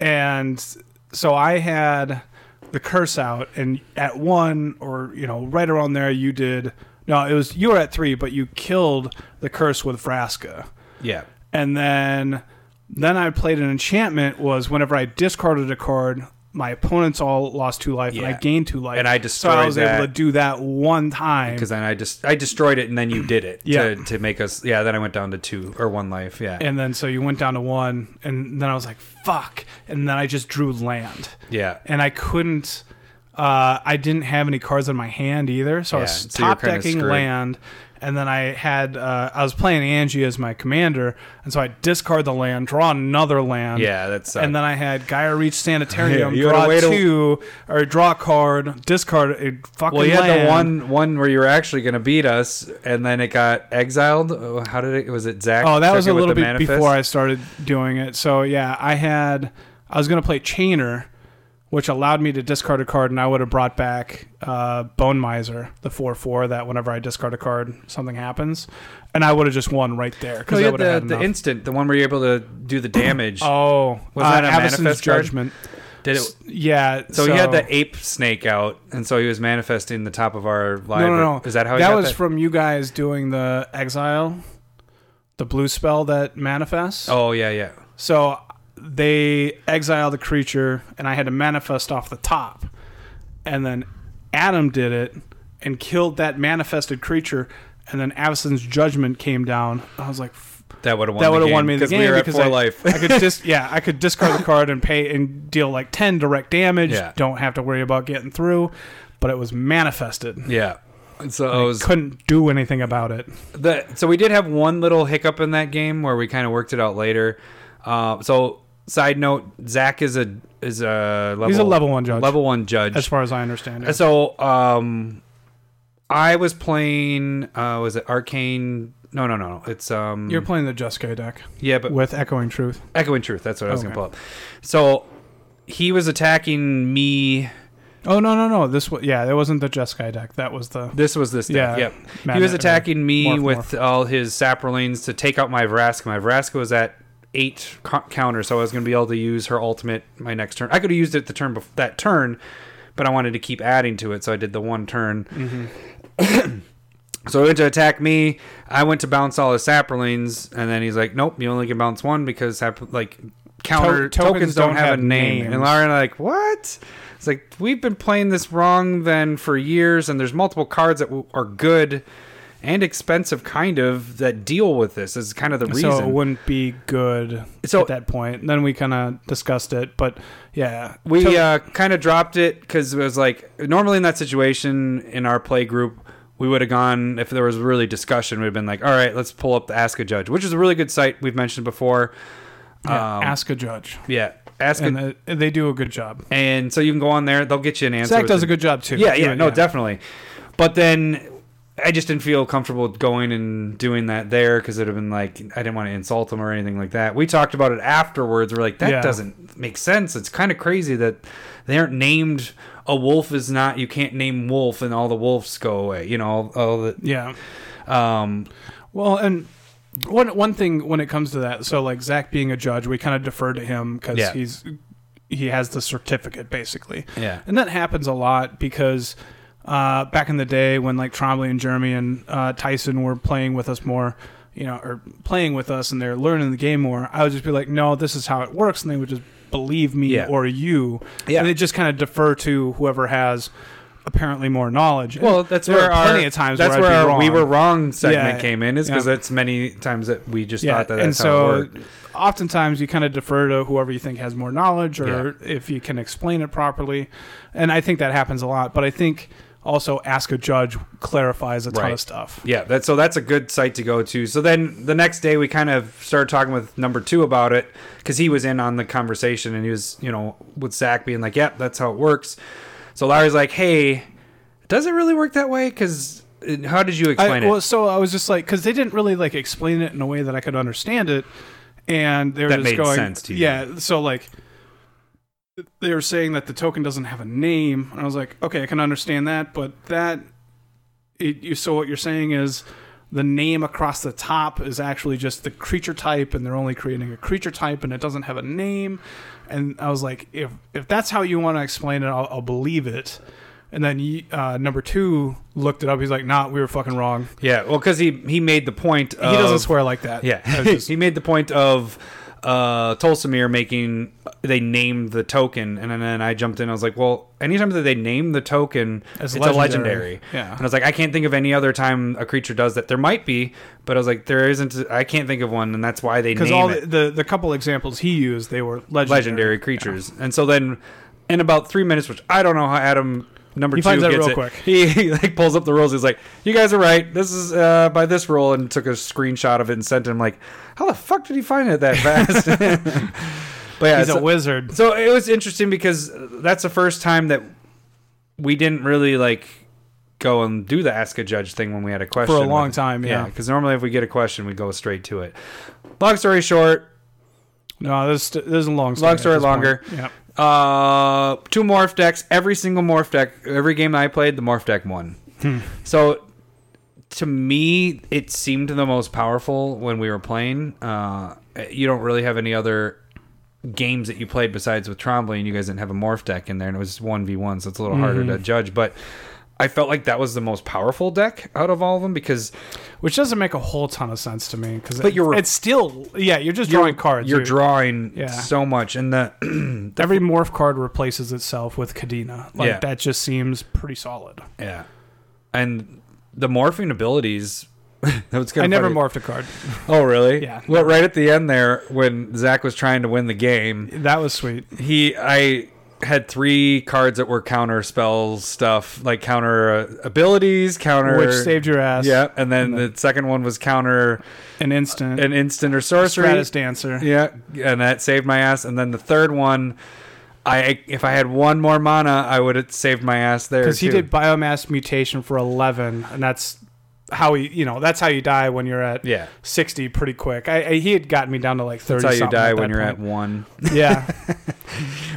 S1: And so I had the curse out and at one or you know, right around there you did no, it was you were at three, but you killed the curse with Vraska.
S2: yeah
S1: And then then I played an enchantment was whenever I discarded a card, my opponents all lost two life and
S2: Yeah.
S1: I gained two life.
S2: And I
S1: So I was
S2: destroyed
S1: able
S2: that.
S1: to do that one time.
S2: because then i just i destroyed it and then you did it
S1: Yeah.
S2: to, to make us yeah then i went down to two or one life yeah
S1: And then so you went down to one and then I was like, fuck and then I just drew land.
S2: yeah
S1: and I couldn't. Uh, I didn't have any cards in my hand either, so I was
S2: Yeah, so you were
S1: top
S2: kinda
S1: decking
S2: screwed.
S1: land, and then I had uh, I was playing Angie as my commander, and so I discard the land, draw another land,
S2: yeah that's
S1: and then I had Gaia Reach Sanitarium,
S2: Yeah, you had a
S1: draw
S2: way to-
S1: two or draw a card, discard a fucking
S2: well you had
S1: land.
S2: the one one where you were actually going to beat us and then it got exiled Oh, how did it was it zach
S1: Oh, that
S2: took
S1: was
S2: it
S1: a
S2: with
S1: little
S2: the
S1: bit
S2: manifest?
S1: before I started doing it. So yeah, I had I was gonna play Chainer, which allowed me to discard a card, and I would have brought back uh, Bone Miser, the four four that whenever I discard a card, something happens, and I would have just won right there
S2: no,
S1: because
S2: Oh, you
S1: I
S2: had
S1: would have
S2: the,
S1: had
S2: the
S1: enough.
S2: instant the one where you're able to do the damage
S1: oh,
S2: Wasn't that a
S1: Avicen's
S2: manifest card?
S1: Judgment?
S2: did it
S1: S- yeah.
S2: so, he had the ape snake out and so he was manifesting the top of our live
S1: No, no, no.
S2: is that how he
S1: that
S2: got
S1: was
S2: that?
S1: from you guys doing the exile, the blue spell that manifests.
S2: oh yeah yeah
S1: So they exile the creature, and I had to manifest off the top. And then Adam did it and killed that manifested creature. And then Avicen's judgment came down. I was like, f-
S2: That would have won.
S1: that
S2: the
S1: would have
S2: game,
S1: won me the
S2: 'cause
S1: game
S2: we were at
S1: because
S2: four
S1: I,
S2: life.
S1: I could just yeah, I could discard the card and pay and deal like ten direct damage.
S2: Yeah.
S1: Don't have to worry about getting through. But it was manifested.
S2: yeah. And So it was
S1: Couldn't do anything about it.
S2: the, so we did have one little hiccup in that game where we kind of worked it out later. Uh, so side note, Zach is a is a level,
S1: He's a level one judge.
S2: level one judge.
S1: as far as I understand it.
S2: So um, I was playing. Uh, was it Arcane? No, no, no, no. It's um.
S1: You're playing the Jeskai deck
S2: yeah, but
S1: with Echoing Truth.
S2: Echoing Truth. That's what I was
S1: Okay.
S2: gonna pull up. So he was attacking me.
S1: Oh no no no! This was yeah, that wasn't the Jeskai deck. That was the
S2: This was this.
S1: yeah.
S2: Deck. Yep.
S1: Madnet
S2: he was
S1: or
S2: attacking me
S1: Morph,
S2: with
S1: Morph.
S2: all his saprolines to take out my Vraska. My Vraska was at eight co- counter, so I was going to be able to use her ultimate my next turn. I could have used it the turn bef- that turn, but I wanted to keep adding to it, so I did the one turn.
S1: Mm-hmm.
S2: so he went to attack me. I went to bounce all his saprolines, and then he's like, "Nope, you only can bounce one because sap- like
S1: To-
S2: counter
S1: tokens
S2: tokens, don't,
S1: don't
S2: have,
S1: have
S2: a name."
S1: names.
S2: And Laura and I are like, "What?" It's like we've been playing this wrong then for years, and there's multiple cards that w- are good and expensive, kind of that deal with this. Is kind of the reason.
S1: so it wouldn't be good
S2: So-
S1: at that point. And then we kind of discussed it, but yeah,
S2: we
S1: To-
S2: uh, kind of dropped it because it was like normally in that situation in our play group we would have gone if there was really discussion we'd have been like all right let's pull up the ask a judge which is a really good site we've mentioned before
S1: yeah,
S2: um,
S1: ask a judge,
S2: yeah ask
S1: and
S2: a,
S1: uh, they do a good job.
S2: and so you can go on there they'll get you an answer
S1: Zach does a
S2: within-
S1: good job too.
S2: yeah yeah no definitely but then I just didn't feel comfortable going and doing that there because it would have been like I didn't want to insult them or anything like that. We talked about it afterwards. We're like, that
S1: Yeah.
S2: doesn't make sense. It's kind of crazy that they aren't named. A wolf is not. You can't name wolf, and all the wolves go away. You know, all, all the.
S1: yeah.
S2: Um,
S1: Well, and one one thing when it comes to that, so like Zach being a judge, we kind of defer to him because
S2: Yeah.
S1: he's he has the certificate basically.
S2: yeah.
S1: And that happens a lot because uh, back in the day when like Trombley and Jeremy and uh, Tyson were playing with us more, you know, or playing with us and they're learning the game more, I would just be like, no, this is how it works. And they would just believe me
S2: Yeah.
S1: or you.
S2: Yeah.
S1: And they just kind of defer to whoever has apparently more knowledge. And
S2: Well, that's
S1: there
S2: where
S1: are
S2: our
S1: plenty of times
S2: that's
S1: where,
S2: where
S1: I'd be
S2: our we
S1: wrong.
S2: were wrong segment
S1: Yeah,
S2: came in is because
S1: yeah.
S2: that's many times that we just
S1: Yeah,
S2: thought that that's
S1: and
S2: how it
S1: so
S2: worked.
S1: oftentimes you kind of defer to whoever you think has more knowledge or if you can explain it properly. And I think that happens a lot. But I think also ask a judge clarifies a ton
S2: Right.
S1: of stuff.
S2: Yeah, that so that's a good site to go to. So then the next day we kind of started talking with number two about it because he was in on the conversation and he was you know with Zach being like, "Yep, that's how it works." So Larry's like, "Hey, does it really work that way? Because how did you
S1: I,
S2: explain
S1: well,
S2: it?"
S1: so I was just like, because they didn't really like explain it in a way that I could understand it, and they were
S2: That
S1: just
S2: made
S1: going,
S2: sense to you.
S1: yeah. So like, they were saying that the token doesn't have a name, and I was like, okay, I can understand that, but that, it, you. So what you're saying is. The name across the top is actually just the creature type, and they're only creating a creature type, and it doesn't have a name. And I was like, if if that's how you want to explain it, I'll, I'll believe it. And then ye- uh, number two looked it up. He's like, nah, we were fucking wrong
S2: Yeah, well, because he he made the point. Of,
S1: he doesn't swear like that.
S2: Um, Yeah,
S1: I was just-
S2: he made the point of uh, Tulsimir making they named the token, and then I jumped in. I was like, well, anytime that they name the token,
S1: As
S2: it's a
S1: legendary.
S2: legendary.
S1: Yeah.
S2: and I was like, I can't think of any other time a creature does that. There might be, but I was like, there isn't. I can't think of one, and that's why they
S1: because
S2: name
S1: all
S2: it
S1: the, the the couple examples he used, they were legendary.
S2: legendary creatures. And so then, in about three minutes, which I don't know how Adam number
S1: He
S2: two
S1: finds out
S2: gets
S1: real
S2: it,
S1: quick.
S2: He, he, like pulls up the rules. He's like, "You guys are right. This is uh, by this rule," and took a screenshot of it and sent him. Like, how the fuck did he find it that fast? but yeah,
S1: He's
S2: so,
S1: a wizard.
S2: so it was interesting because that's the first time that we didn't really like go and do the ask a judge thing when we had a question
S1: For a long
S2: with-
S1: time, yeah.
S2: because normally if we get a question, we go straight to it. Long story short,
S1: No, this this is a long story.
S2: Long
S1: at
S2: story
S1: this point.
S2: longer.
S1: Yeah.
S2: Uh, two morph decks. Every single morph deck, every game that I played, the morph deck won.
S1: Hmm.
S2: So, to me, it seemed the most powerful when we were playing. Uh, you don't really have any other games that you played besides with Trombley, and you guys didn't have a morph deck in there, and it was one v one, so it's a little harder
S1: Mm-hmm.
S2: to judge. But I felt like that was the most powerful deck out of all of them because
S1: Which doesn't make a whole ton of sense to me because
S2: But you're-
S1: it's still yeah you're just drawing cards.
S2: you're drawing
S1: Yeah.
S2: so much, and the
S1: every morph card replaces itself with Kadena. Like
S2: Yeah.
S1: that just seems pretty solid.
S2: Yeah. And the morphing abilities. that was kind
S1: I
S2: of
S1: never
S2: funny.
S1: morphed a card.
S2: Oh, really?
S1: Yeah.
S2: Well, right at the end there, when Zach was trying to win the game,
S1: That was sweet.
S2: he I had three cards that were counter spells stuff, like counter uh, abilities, counter
S1: Which saved your ass.
S2: Yeah, and then the second one was counter
S1: An instant.
S2: an instant or sorcery.
S1: Stratus dancer.
S2: Yeah, and that saved my ass. And then the third one, I if I had one more mana, I would have saved my ass there
S1: because he
S2: too.
S1: did biomass mutation for 11 and that's how he you know that's how you die when you're at
S2: Yeah.
S1: 60 pretty quick I, I he had gotten me down to like 30
S2: That's how you
S1: something
S2: die
S1: at
S2: when
S1: that
S2: you're at
S1: point.
S2: one.
S1: yeah.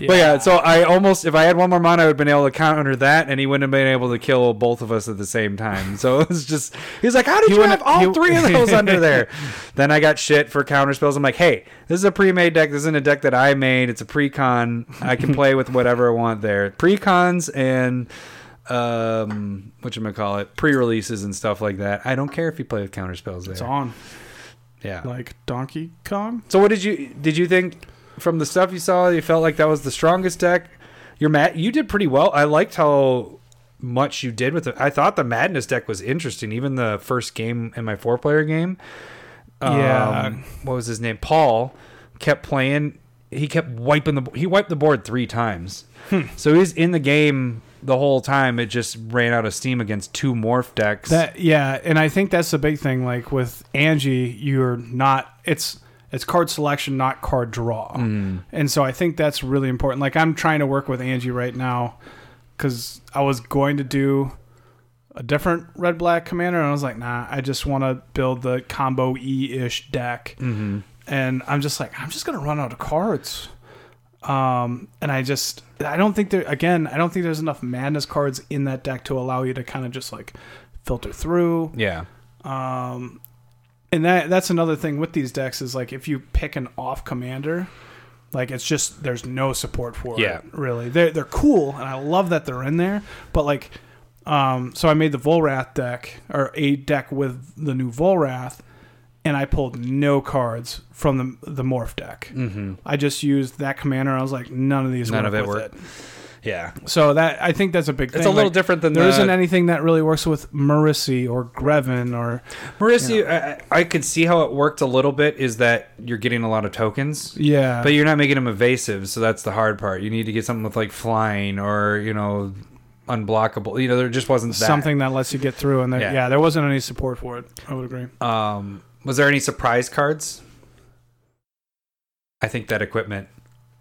S2: But yeah, so I almost if I had one more mana, I would have been able to counter that, and he wouldn't have been able to kill both of us at the same time. So it was just he's like, "How did
S1: He
S2: you
S1: wouldn't-
S2: have all
S1: he-
S2: three of those under there?" Then I got shit for counter spells. I'm like, "Hey, this is a pre-made deck. This isn't a deck that I made. It's a pre-con. I can play with whatever I want there. Pre-cons and." Um, what you call it? Pre-releases and stuff like that. I don't care if you play with counter spells there.
S1: it's on
S2: yeah.
S1: like donkey kong
S2: So what did you did you think from the stuff you saw? You felt like that was the strongest deck. Your mat you did pretty well. I liked how much you did with it. I thought the madness deck was interesting. Even the first game in my four player game. Um,
S1: Yeah.
S2: What was his name? Paul kept playing. He kept wiping the he wiped the board three times.
S1: Hmm.
S2: So he's in the game the whole time. It just ran out of steam against two morph decks.
S1: that yeah and i think that's the big thing like with angie you're not it's it's card selection not card draw
S2: Mm.
S1: and so i think that's really important like i'm trying to work with angie right now because i was going to do a different red black commander and i was like nah i just want to build the combo e-ish deck and i'm just like i'm just gonna run out of cards um and i just i don't think there again i don't think there's enough madness cards in that deck to allow you to kind of just like filter through
S2: yeah.
S1: um and that that's another thing with these decks is like if you pick an off commander like it's just there's no support for
S2: Yeah.
S1: it really they're, they're cool and i love that they're in there but like um so i made the volrath deck or a deck with the new volrath and i pulled no cards from the the morph deck
S2: Mm-hmm.
S1: I just used that commander. I was like, none of these
S2: None
S1: work
S2: of it
S1: with
S2: worked.
S1: it.
S2: Yeah.
S1: So that I think that's a big thing.
S2: It's a little
S1: Like,
S2: different than
S1: There
S2: the-
S1: isn't anything that really works with Marissi or Grevin or
S2: Marissa, I, I could see how it worked a little bit is that you're getting a lot of tokens.
S1: yeah.
S2: But you're not making them evasive, so that's the hard part. You need to get something with like flying or you know, unblockable. You know, there just wasn't that.
S1: something that lets you get through. And there,
S2: Yeah.
S1: yeah, there wasn't any support for it. I would agree.
S2: Um, was there any surprise cards? I think that equipment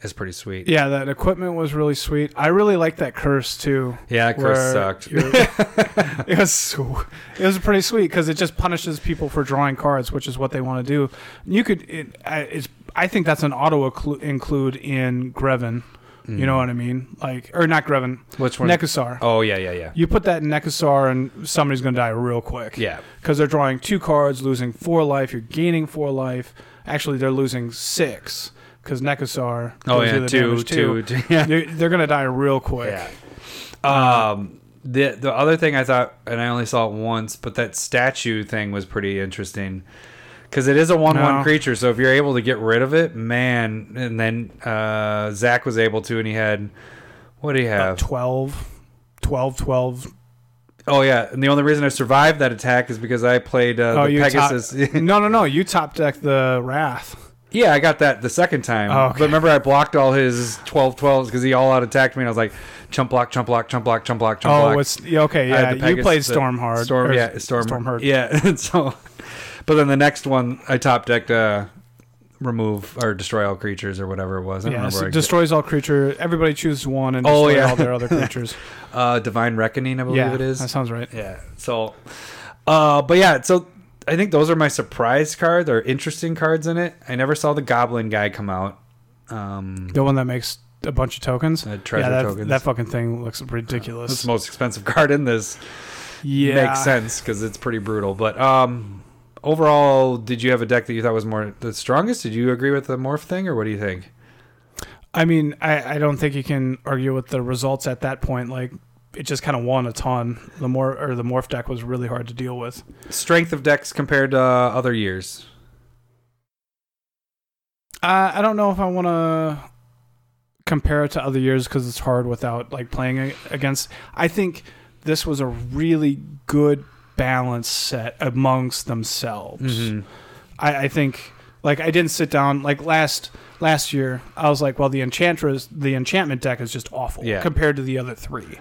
S2: is pretty sweet.
S1: Yeah, that equipment was really sweet. I really liked that curse too.
S2: Yeah, that curse
S1: where
S2: sucked.
S1: you're- it was so, it was pretty sweet because it just punishes people for drawing cards, which is what they want to do. You could, it, I, it's, I think that's an auto occlu- include in Grevin. You
S2: Mm.
S1: know what I mean? Like, or not Grevin,
S2: Which one?
S1: Nekasar.
S2: oh yeah, yeah, yeah,
S1: You put that in Nekasar and somebody's going to die real quick.
S2: yeah.
S1: Because they're drawing two cards, losing four life. You're gaining four life. Actually, they're losing six because Nekasar.
S2: Oh
S1: goes
S2: yeah,
S1: through the
S2: two,
S1: damage
S2: two,
S1: too.
S2: two. Yeah.
S1: They're, they're going to die real quick.
S2: Yeah. Um, the the other thing I thought, and I only saw it once, but that statue thing was pretty interesting because it is a one one
S1: No.
S2: creature. So if you're able to get rid of it, man, and then uh, Zach was able to, and he had what do you
S1: About
S2: have?
S1: 12, 12, 12.
S2: Oh yeah, and the only reason I survived that attack is because I played uh,
S1: oh,
S2: the
S1: you
S2: Pegasus.
S1: Top, no, no, no. You top deck the Wrath.
S2: yeah, I got that the second time.
S1: Oh, okay.
S2: But remember, I blocked all his 12 12s because he all out attacked me, and I was like, chump block, chump block, chump block, chump block, chump block.
S1: Oh, it's yeah, okay.
S2: I had
S1: Yeah,
S2: the
S1: you
S2: Pegasus-
S1: played
S2: the
S1: Stormhard.
S2: Storm,
S1: or
S2: yeah, Storm,
S1: Stormhard.
S2: Yeah, and so, but then the next one I top decked uh, remove or destroy all creatures or whatever it was. I don't
S1: Yeah,
S2: remember.
S1: so
S2: exa-
S1: destroys all creature. Everybody chooses one and
S2: Oh,
S1: destroy
S2: yeah.
S1: all their other creatures.
S2: uh, Divine Reckoning, I believe
S1: yeah,
S2: it is.
S1: that sounds right.
S2: yeah. So, uh, but yeah, so I think those are my surprise cards or interesting cards in it. I never saw the Goblin guy come out. Um,
S1: The one that makes a bunch of tokens.
S2: Uh, treasure
S1: yeah, that,
S2: tokens.
S1: That fucking thing looks
S2: that's
S1: ridiculous.
S2: the most expensive card in this.
S1: yeah,
S2: Makes sense because it's pretty brutal. But um, overall, did you have a deck that you thought was more the strongest? Did you agree with the morph thing, or what do you think?
S1: I mean, I, I don't think you can argue with the results at that point. Like, it just kind of won a ton. The more or the morph deck was really hard to deal with.
S2: strength of decks compared to uh, other years.
S1: Uh, I don't know if I want to compare it to other years because it's hard without like playing a- against. I think this was a really good balance set amongst themselves.
S2: Mm-hmm.
S1: I, I think like I didn't sit down like last last year. I was like, well, the enchantress, the enchantment deck is just awful
S2: Yeah.
S1: compared to the other three,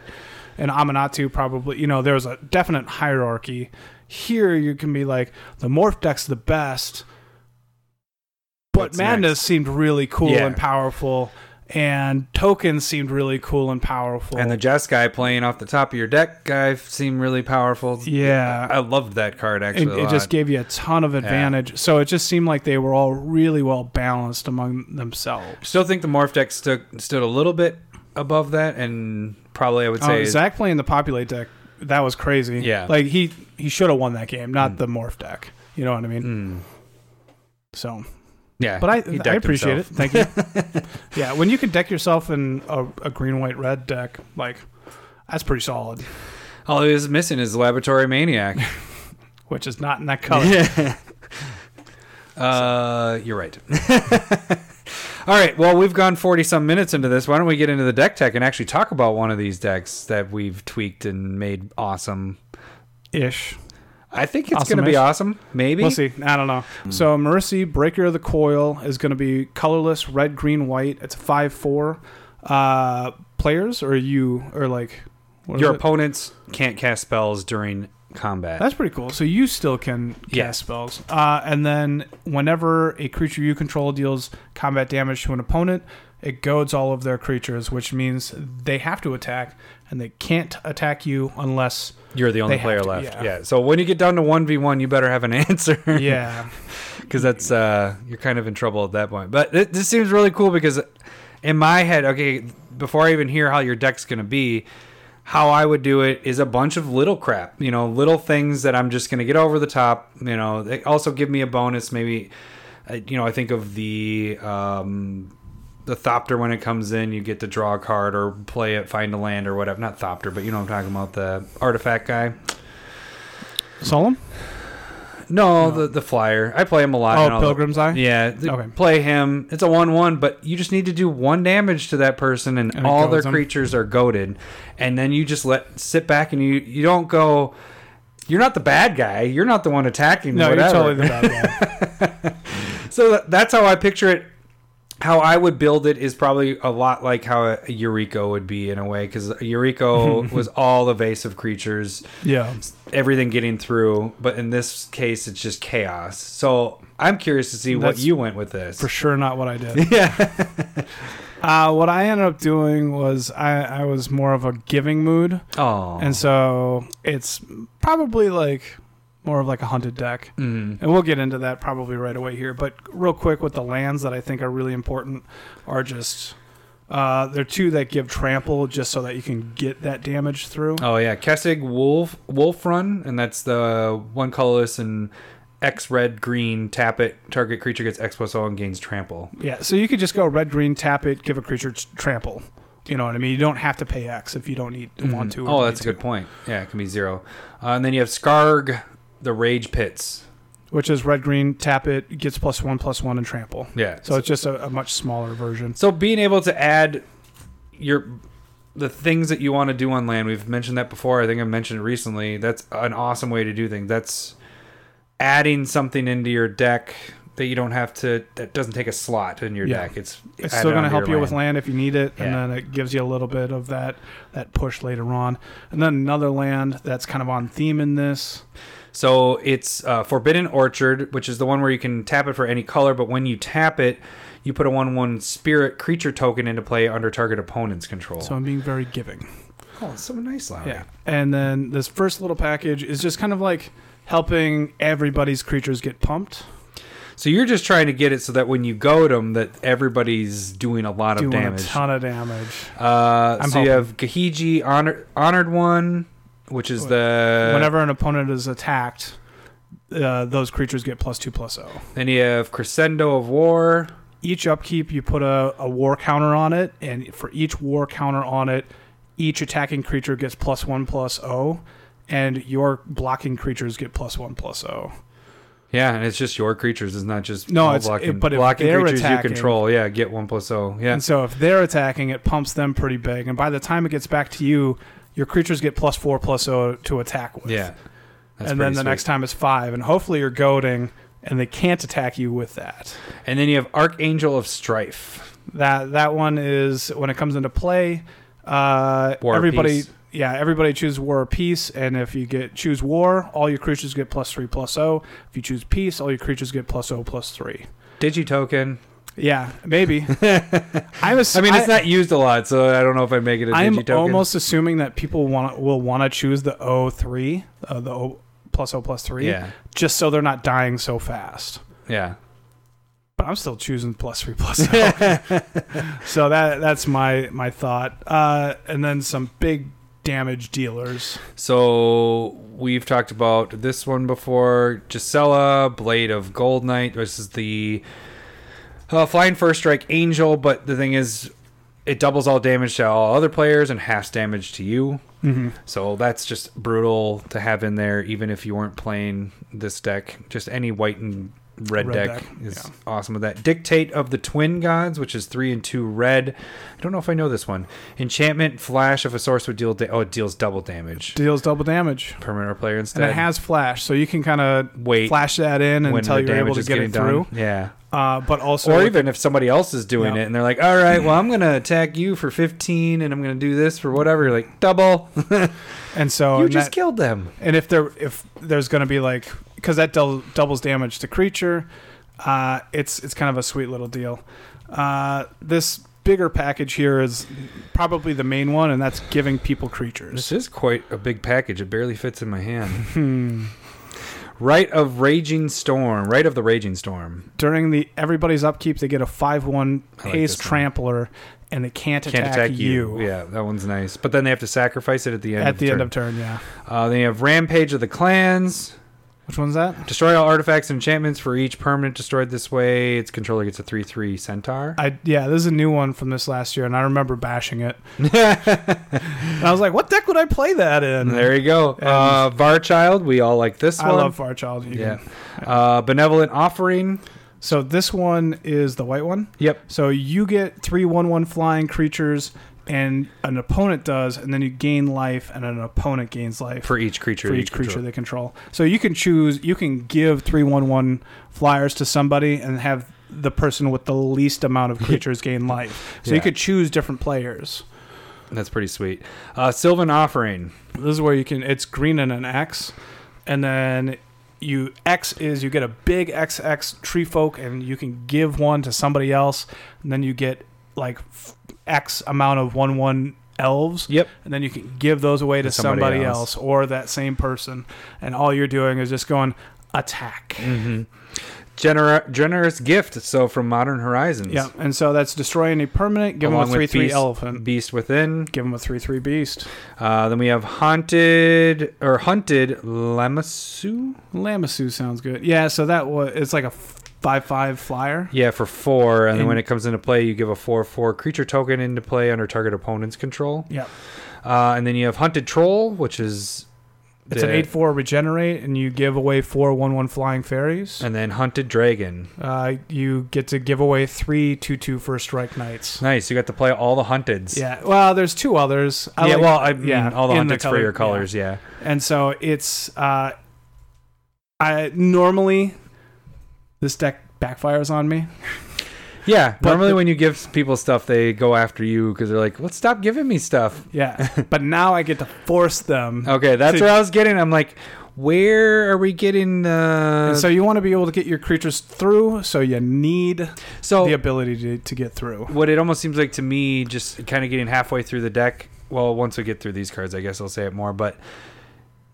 S1: and Amanatu probably. You know, there was a definite hierarchy. Here, you can be like the morph deck's the best, but
S2: What's
S1: madness
S2: next?
S1: seemed really cool
S2: Yeah.
S1: and powerful, and tokens seemed really cool and powerful.
S2: And the Jess guy playing off the top of your deck guy seemed really powerful.
S1: yeah,
S2: I loved that card actually.
S1: it,
S2: a
S1: it just
S2: lot.
S1: gave you a ton of advantage. So it just seemed like they were all really well balanced among themselves.
S2: Still think the morph deck stood stood a little bit above that, and probably I would say
S1: Oh, Zach playing the populate deck, that was crazy.
S2: Yeah. Hmm.
S1: like he he should have won that game, not the morph deck. You know what I mean? So,
S2: yeah.
S1: but I
S2: Hmm. he
S1: I
S2: decked
S1: appreciate
S2: himself.
S1: it. Thank you. yeah, when you can deck yourself in a, a green white red deck, like that's pretty solid.
S2: All Oh, he was missing is Laboratory Maniac.
S1: Which is not in that color.
S2: uh, you're right. All right. Well, we've gone forty some minutes into this. Why don't we get into the deck tech and actually talk about one of these decks that we've tweaked and made awesome?
S1: Ish.
S2: I think it's
S1: Awesome
S2: going to be
S1: ish.
S2: awesome. Maybe
S1: We'll see. I don't know.
S2: Hmm.
S1: So Mercy Breaker of the Coil is going to be colorless, red, green, white. It's five four. Uh, players or you or like what is
S2: your
S1: it?
S2: opponents can't cast spells during combat.
S1: That's pretty cool. So you still can cast
S2: Yeah.
S1: spells. Uh, and then whenever a creature you control deals combat damage to an opponent, it goads all of their creatures, which means they have to attack and they can't attack you unless.
S2: You're the only
S1: They have
S2: player
S1: to,
S2: left.
S1: yeah.
S2: Yeah. So when you get down to one v one, you better have an answer.
S1: Yeah.
S2: because that's uh, you're kind of in trouble at that point. But it, this seems really cool because in my head, okay, before I even hear how your deck's gonna be, how I would do it is a bunch of little crap, you know, little things that I'm just gonna get over the top. You know, they also give me a bonus. Maybe, uh, you know, I think of the um, the Thopter when it comes in, you get to draw a card or play it, find a land or whatever. Not Thopter, but you know, what I'm talking about the artifact guy.
S1: Solemn?
S2: No, the the flyer. I play him a lot.
S1: Oh,
S2: and all the-
S1: Pilgrim's Eye?
S2: Yeah, th-
S1: Okay.
S2: play him. It's a one-one, but you just need to do one damage to that person, and,
S1: And it
S2: all their
S1: goes 'em.
S2: creatures are goaded. And then you just let sit back, and you you don't go. You're not the bad guy. You're not the one attacking.
S1: No,
S2: whatever.
S1: you're totally the bad guy.
S2: So tha- that's how I picture it. How I would build it is probably a lot like how a Eureka would be in a way, because Eureka was all evasive creatures,
S1: yeah.
S2: everything getting through. But in this case, it's just chaos. So I'm curious to see what
S1: That's
S2: you went with this.
S1: For sure not what I did.
S2: Yeah,
S1: Uh, what I ended up doing was I, I was more of a giving mood.
S2: oh,
S1: And so it's probably like more of like a hunted deck.
S2: Mm.
S1: And we'll get into that probably right away here. But real quick, with the lands that I think are really important are just. Uh, there are two that give trample just so that you can get that damage through.
S2: oh yeah, Kessig Wolf Wolf Run, and that's the one colorless and X red green. Tap it, target creature gets X plus O and gains trample.
S1: Yeah, so you could just go red, green, tap it, give a creature t- trample. You know what I mean? You don't have to pay X if you don't need want to. or
S2: Oh,
S1: need
S2: that's a
S1: to.
S2: good point. Yeah, it can be zero. Uh, and then you have Skarg, the Rage Pits.
S1: Which is red, green, tap it, gets plus one, plus one, and trample.
S2: Yeah.
S1: So
S2: So,
S1: it's just a, a much smaller version.
S2: so being able to add your the things that you want to do on land, we've mentioned that before. I think I mentioned it recently. That's an awesome way to do things. That's adding something into your deck that you don't have to. That doesn't take a slot in your
S1: Yeah.
S2: deck. It's
S1: It's
S2: added
S1: still going to
S2: onto
S1: help you
S2: your
S1: with land if you need it, and
S2: Yeah.
S1: then it gives you a little bit of that that push later on. And then another land that's kind of on theme in this.
S2: So it's uh, Forbidden Orchard, which is the one where you can tap it for any color, but when you tap it, you put a 1 1 spirit creature token into play under target opponent's control.
S1: So I'm being very giving.
S2: oh, it's so nice, Lowry.
S1: Yeah. And then this first little package is just kind of like helping everybody's creatures get pumped.
S2: So you're just trying to get it so that when you goad them, that everybody's doing a lot
S1: doing
S2: of damage.
S1: a ton of damage.
S2: uh,
S1: I'm
S2: so you
S1: hoping.
S2: have Gahiji, Honor- Honored One, which is the.
S1: Whenever an opponent is attacked, uh, those creatures get plus two plus oh. O.
S2: Then you have Crescendo of War.
S1: Each upkeep, you put a, a war counter on it, and for each war counter on it, each attacking creature gets plus one plus O, and your blocking creatures get plus one plus O.
S2: Yeah, and it's just your creatures. It's not just
S1: No,
S2: all
S1: it's-
S2: blocking,
S1: it- but if
S2: blocking
S1: they're
S2: creatures you
S1: attacking-
S2: control. Yeah, get one plus O. Yeah,
S1: And so if they're attacking, it pumps them pretty big, and by the time it gets back to you, your creatures get plus four plus O to attack with.
S2: Yeah.
S1: and then the next time is five, and hopefully you're goading, and they can't attack you with that.
S2: And then you have Archangel of Strife.
S1: That that one is when it comes into play. Uh,
S2: War or
S1: everybody,
S2: peace?
S1: yeah, everybody chooses war or peace, and if you get choose war, all your creatures get plus three plus O. If you choose peace, all your creatures get plus O plus three.
S2: Digitoken.
S1: Yeah, maybe. I'm ass-
S2: I mean, it's not used a lot, so I don't know if I make it a
S1: I'm
S2: Digitoken.
S1: almost assuming that people want will want to choose the O three, uh, the O plus O plus three,
S2: Yeah.
S1: just so they're not dying so fast.
S2: Yeah.
S1: but I'm still choosing plus three plus zero. so that that's my my thought. Uh, and then some big damage dealers.
S2: So we've talked about this one before. Gisela, Blade of Gold Knight versus the uh, Flying First Strike Angel, but the thing is, it doubles all damage to all other players and halves damage to you.
S1: Mm-hmm.
S2: So that's just brutal to have in there, even if you weren't playing this deck. Just any white and red,
S1: Red
S2: deck,
S1: deck,
S2: is
S1: yeah.
S2: awesome with that. Dictate of the Twin Gods, which is three and two red. I don't know if I know this one. Enchantment Flash if a source would deal da- oh it deals double damage.
S1: Deals double damage,
S2: Permanent or player instead.
S1: and it has flash, so you can kind of
S2: Wait
S1: flash that in
S2: when
S1: until
S2: the
S1: you're able
S2: damage
S1: to
S2: is
S1: get
S2: getting
S1: it through.
S2: done. Yeah.
S1: Uh, but also,
S2: or even if somebody else is doing
S1: Yeah.
S2: it and they're like, all right, well, I'm going to attack you for 15 and I'm going to do this for whatever. You're like, double.
S1: and so
S2: you
S1: and,
S2: just
S1: that-
S2: killed them.
S1: and if there if there's going to be like because that dou- doubles damage to creature, uh, it's it's kind of a sweet little deal. Uh, this bigger package here is probably the main one, and that's giving people creatures.
S2: This is quite a big package. It barely fits in my hand.
S1: Hmm.
S2: Right of Raging Storm. Right of the Raging Storm.
S1: During the everybody's upkeep, they get a five-one
S2: I like
S1: haste
S2: this one.
S1: trampler, and they can't,
S2: Can't
S1: attack,
S2: attack,
S1: you,
S2: you. Yeah, that one's nice. But then they have to sacrifice it at the end.
S1: at the end
S2: turn.
S1: of turn. Yeah,
S2: Uh, then you have Rampage of the Clans.
S1: Which one's that?
S2: Destroy all artifacts and enchantments for each permanent destroyed this way. Its controller gets a 3 3 centaur.
S1: I yeah, this is a new one from this last year, and I remember bashing it. And I was like, what deck would I play that in?
S2: there you go. Uh, Varchild, we all like this
S1: I
S2: one.
S1: love Farchild. You
S2: yeah.
S1: can-
S2: Uh, Benevolent Offering.
S1: So this one is the white one.
S2: Yep.
S1: So you get three one one flying creatures, and an opponent does, and then you gain life, and an opponent gains life.
S2: For each creature.
S1: for
S2: you
S1: each creature
S2: control.
S1: they control. So you can choose, you can give 311 flyers to somebody and have the person with the least amount of creatures gain life. So
S2: Yeah.
S1: you could choose different players.
S2: That's pretty sweet. Uh, Sylvan Offering.
S1: This is where you can, it's green and an X. And then you, X is you get a big XX tree folk and you can give one to somebody else. And then you get like f- X amount of 1 1 elves.
S2: Yep.
S1: and then you can give those away to
S2: To somebody
S1: somebody, else.
S2: else.
S1: or that same person and all you're doing is just going attack
S2: hmm Gener- generous Gift. So from Modern Horizons.
S1: yeah and so that's destroy any permanent give them a
S2: Along with
S1: 3-3
S2: beast-
S1: elephant
S2: Beast Within.
S1: give them a 3-3 beast
S2: Uh, then we have Haunted or Hunted Lamassu.
S1: lamassu sounds good yeah so that was it's like a 5-5 flyer
S2: Yeah, for four, and, then
S1: And-
S2: when it comes into play, you give a four-four creature token into play under target opponent's control.
S1: yeah
S2: Uh, and then you have Hunted Troll, which is
S1: it's
S2: the-
S1: an 8-4 regenerate and you give away 4-1-1 flying fairies
S2: and then Hunted Dragon.
S1: uh, you get to give away three two-two first strike knights
S2: Nice, you got to play all the Hunteds.
S1: yeah well there's two others I
S2: yeah.
S1: like-
S2: well, I mean,
S1: yeah,
S2: all the
S1: in the
S2: Hunteds for
S1: color-
S2: your
S1: yeah.
S2: colors. Yeah.
S1: and so it's uh i normally this deck backfires on me
S2: Yeah.
S1: But
S2: normally,
S1: the-
S2: when you give people stuff, they go after you because they're like, "Well, stop giving me stuff."
S1: yeah but now i get to force them
S2: Okay, that's
S1: To-
S2: where I was getting. I'm like, where are we getting? Uh,
S1: and so you want to be able to get your creatures through so you need
S2: so
S1: the ability to, to get through
S2: what it almost seems like to me, just kind of getting halfway through the deck. Well, once we get through these cards, I guess I'll say it more. But